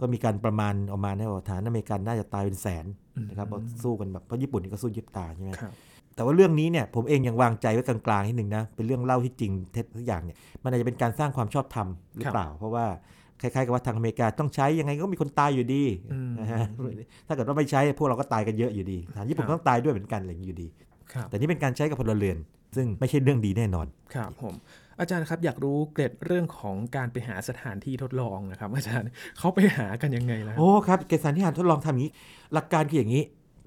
ก็มีการประมาณออกมานะว่าทหารอเมริกันน่าจะตายเป็นแสนนะครับเพราะสู้กันแบบเพราะญี่ปุ่นนี่ก็สู้ยิบตาใช่ไหม
ครับ
แต่ว่าเรื่องนี้เนี่ยผมเองยังวางใจไว้กลางๆนิดหนึ่งนะ เป็นเรื่องเล่าที่จริงเท็จทุกอย่างเนี่ยมันอาจจะเป็นการสร้างความชอบธรรมหรือเปล่า เพราะว่าคล้ายๆกับว่าทางอเมริกาต้องใช้ยังไงก็มีคนตายอยู่ดี
อืม
นะฮะถ้าเกิดว่าไม่ใช้พวกเราก็ตายกันเยอะอยู่ดีทหารญี่ปุ่นก็ต้องตายด้วยเหมือนกันอะไรอย่างนี้อยู่ดี
ครับ
แต่นี่เป็นการใช้กับพลเรือน ซึ่งไม่ใช่เรื่องดีแน่นอน
ครับผมอาจารย์ครับอยากรู้เกร็ดเรื่องของการไปหาสถานที่ทดลองนะครับ อาจารย์เขาไปหากันยังไงล่ะครับ
โอ้ครับเกสารที่หารทดลองทำอย่างนี้ หลักการคืออย่างนี้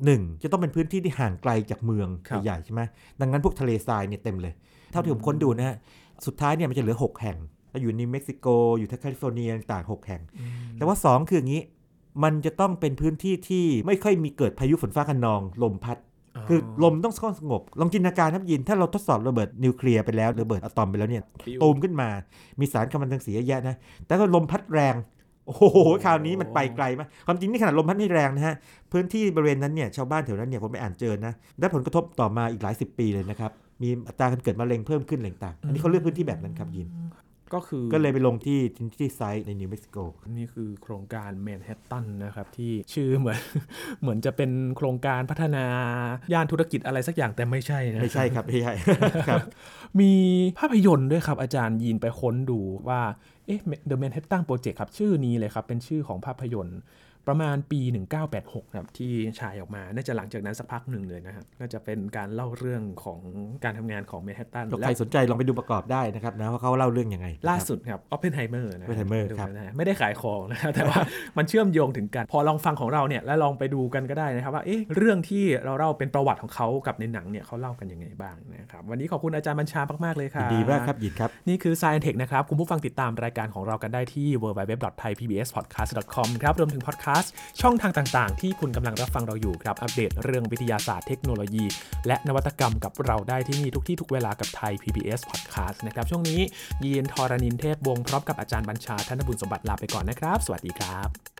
หนึ่งจะต้องเป็นพื้นที่ที่ห่างไกลจากเมืองใหญ่ๆใช่ไหมดังนั้นพวกทะเลทรายเนี่ยเต็มเลย เท่าที่ผมค้นดูนะฮะสุดท้ายเนี่ยมันจะเหลือ 6 แห่งแล้วอยู่นิวเม็กซิโก อยู่ที่แคลิฟอร์เนียต่างๆหกแห่ง แต่ว่า 2 คืออย่างนี้ มันจะต้องเป็นพื้นที่ที่ไม่ค่อยมีเกิดพายุฝนฟ้าคะนอง ลมพัด คือลมต้องสงบลองจินตนาการครับยิน ถ้าเราทดสอบระเบิดนิวเคลียร์ไปแล้วระเบิดอะตอมไปแล้วเนี่ย
ปิ้ว
ตูมขึ้นมา มีสารกัมมันตรังสีเยอะแยะนะ แต่ก็ลมพัดแรง โอ้โห คราวนี้มันไปไกลมาก ความจริงนี่ขนาดลมพัดไม่แรงนะฮะ พื้นที่บริเวณนั้นเนี่ย ชาวบ้านแถวนั้นเนี่ยผมไปอ่านเจอนะ ได้ผลกระทบต่อมาอีกหลายสิบปีเลยนะครับ มีอัตราการเกิดมะเร็งเพิ่มขึ้นอะไรต่างๆอันนี้เขาเลือกพื้นที่แบบนั้นครับยิน
ก็คือ
ก็เลยไปลงที่ที่ไซต์ในนิวเม็กซิโก
นี่คือโครงการแมนฮัตตันนะครับ ที่ชื่อเหมือน เหมือนจะเป็นโครงการพัฒนาย่านธุรกิจอะไรสักอย่างแต่ไม่ใช่นะ
ไม่ใช่ครับไม่ใช่ ครับ
มีภาพยนตร์ด้วยครับ อาจารย์ยีนไปค้นดูว่าเอ๊ะ The Manhattan Project ครับ ชื่อนี้เลยครับ เป็นชื่อของภาพยนตร์ ประมาณปี 1986ครับที่ฉายออกมา น่าจะหลังจากนั้นสักพักหนึ่งเลยนะฮะน่าจะเป็นการเล่าเรื่องของการทำงานของแมนฮัตตัน
ใครสนใจลองไปดูประกอบได้นะครับนะว่าเขาเล่าเรื่องยังไง
ล่าสุดครับออ p เพนไฮเมอร์นะ
Oppenheimer
ดู
ครับ
นะไม่ได้ขายของนะครับ แต่ว่า มันเชื่อมโยงถึงกัน พอลองฟังของเราเนี่ย แล้วลองไปดูกันก็ได้นะครับ ว่าเอ๊ะเรื่องที่เราเล่าเป็นประวัติของเขากับในหนังเนี่ยเขาเล่ากันยังไงบ้างนะครับ วันนี้ขอบคุณอาจารย์บัญชามาก ๆ เลย
ยิ
ค่ะ
นดีมากครับยินครับ
นี่คือ Science Tech นะครับ คุณผู้ฟังติดตามรายการของเรากันได้ที่ www.thaipbspodcast.com ครับ รวมถึงพอดแคสต์ช่องทางต่างๆ ที่คุณกำลังรับฟังเราอยู่ครับ อัปเดตเรื่องวิทยาศาสตร์เทคโนโลยี และนวัตกรรมกับเราได้ที่นี่ทุกที่ทุกเวลากับไทย PBS Podcast นะครับ ช่วงนี้ยีนทอรานินเทพวงศ์พร้อมกับอาจารย์บัญชาธนบุญสมบัติลาไปก่อนนะครับ สวัสดีครับ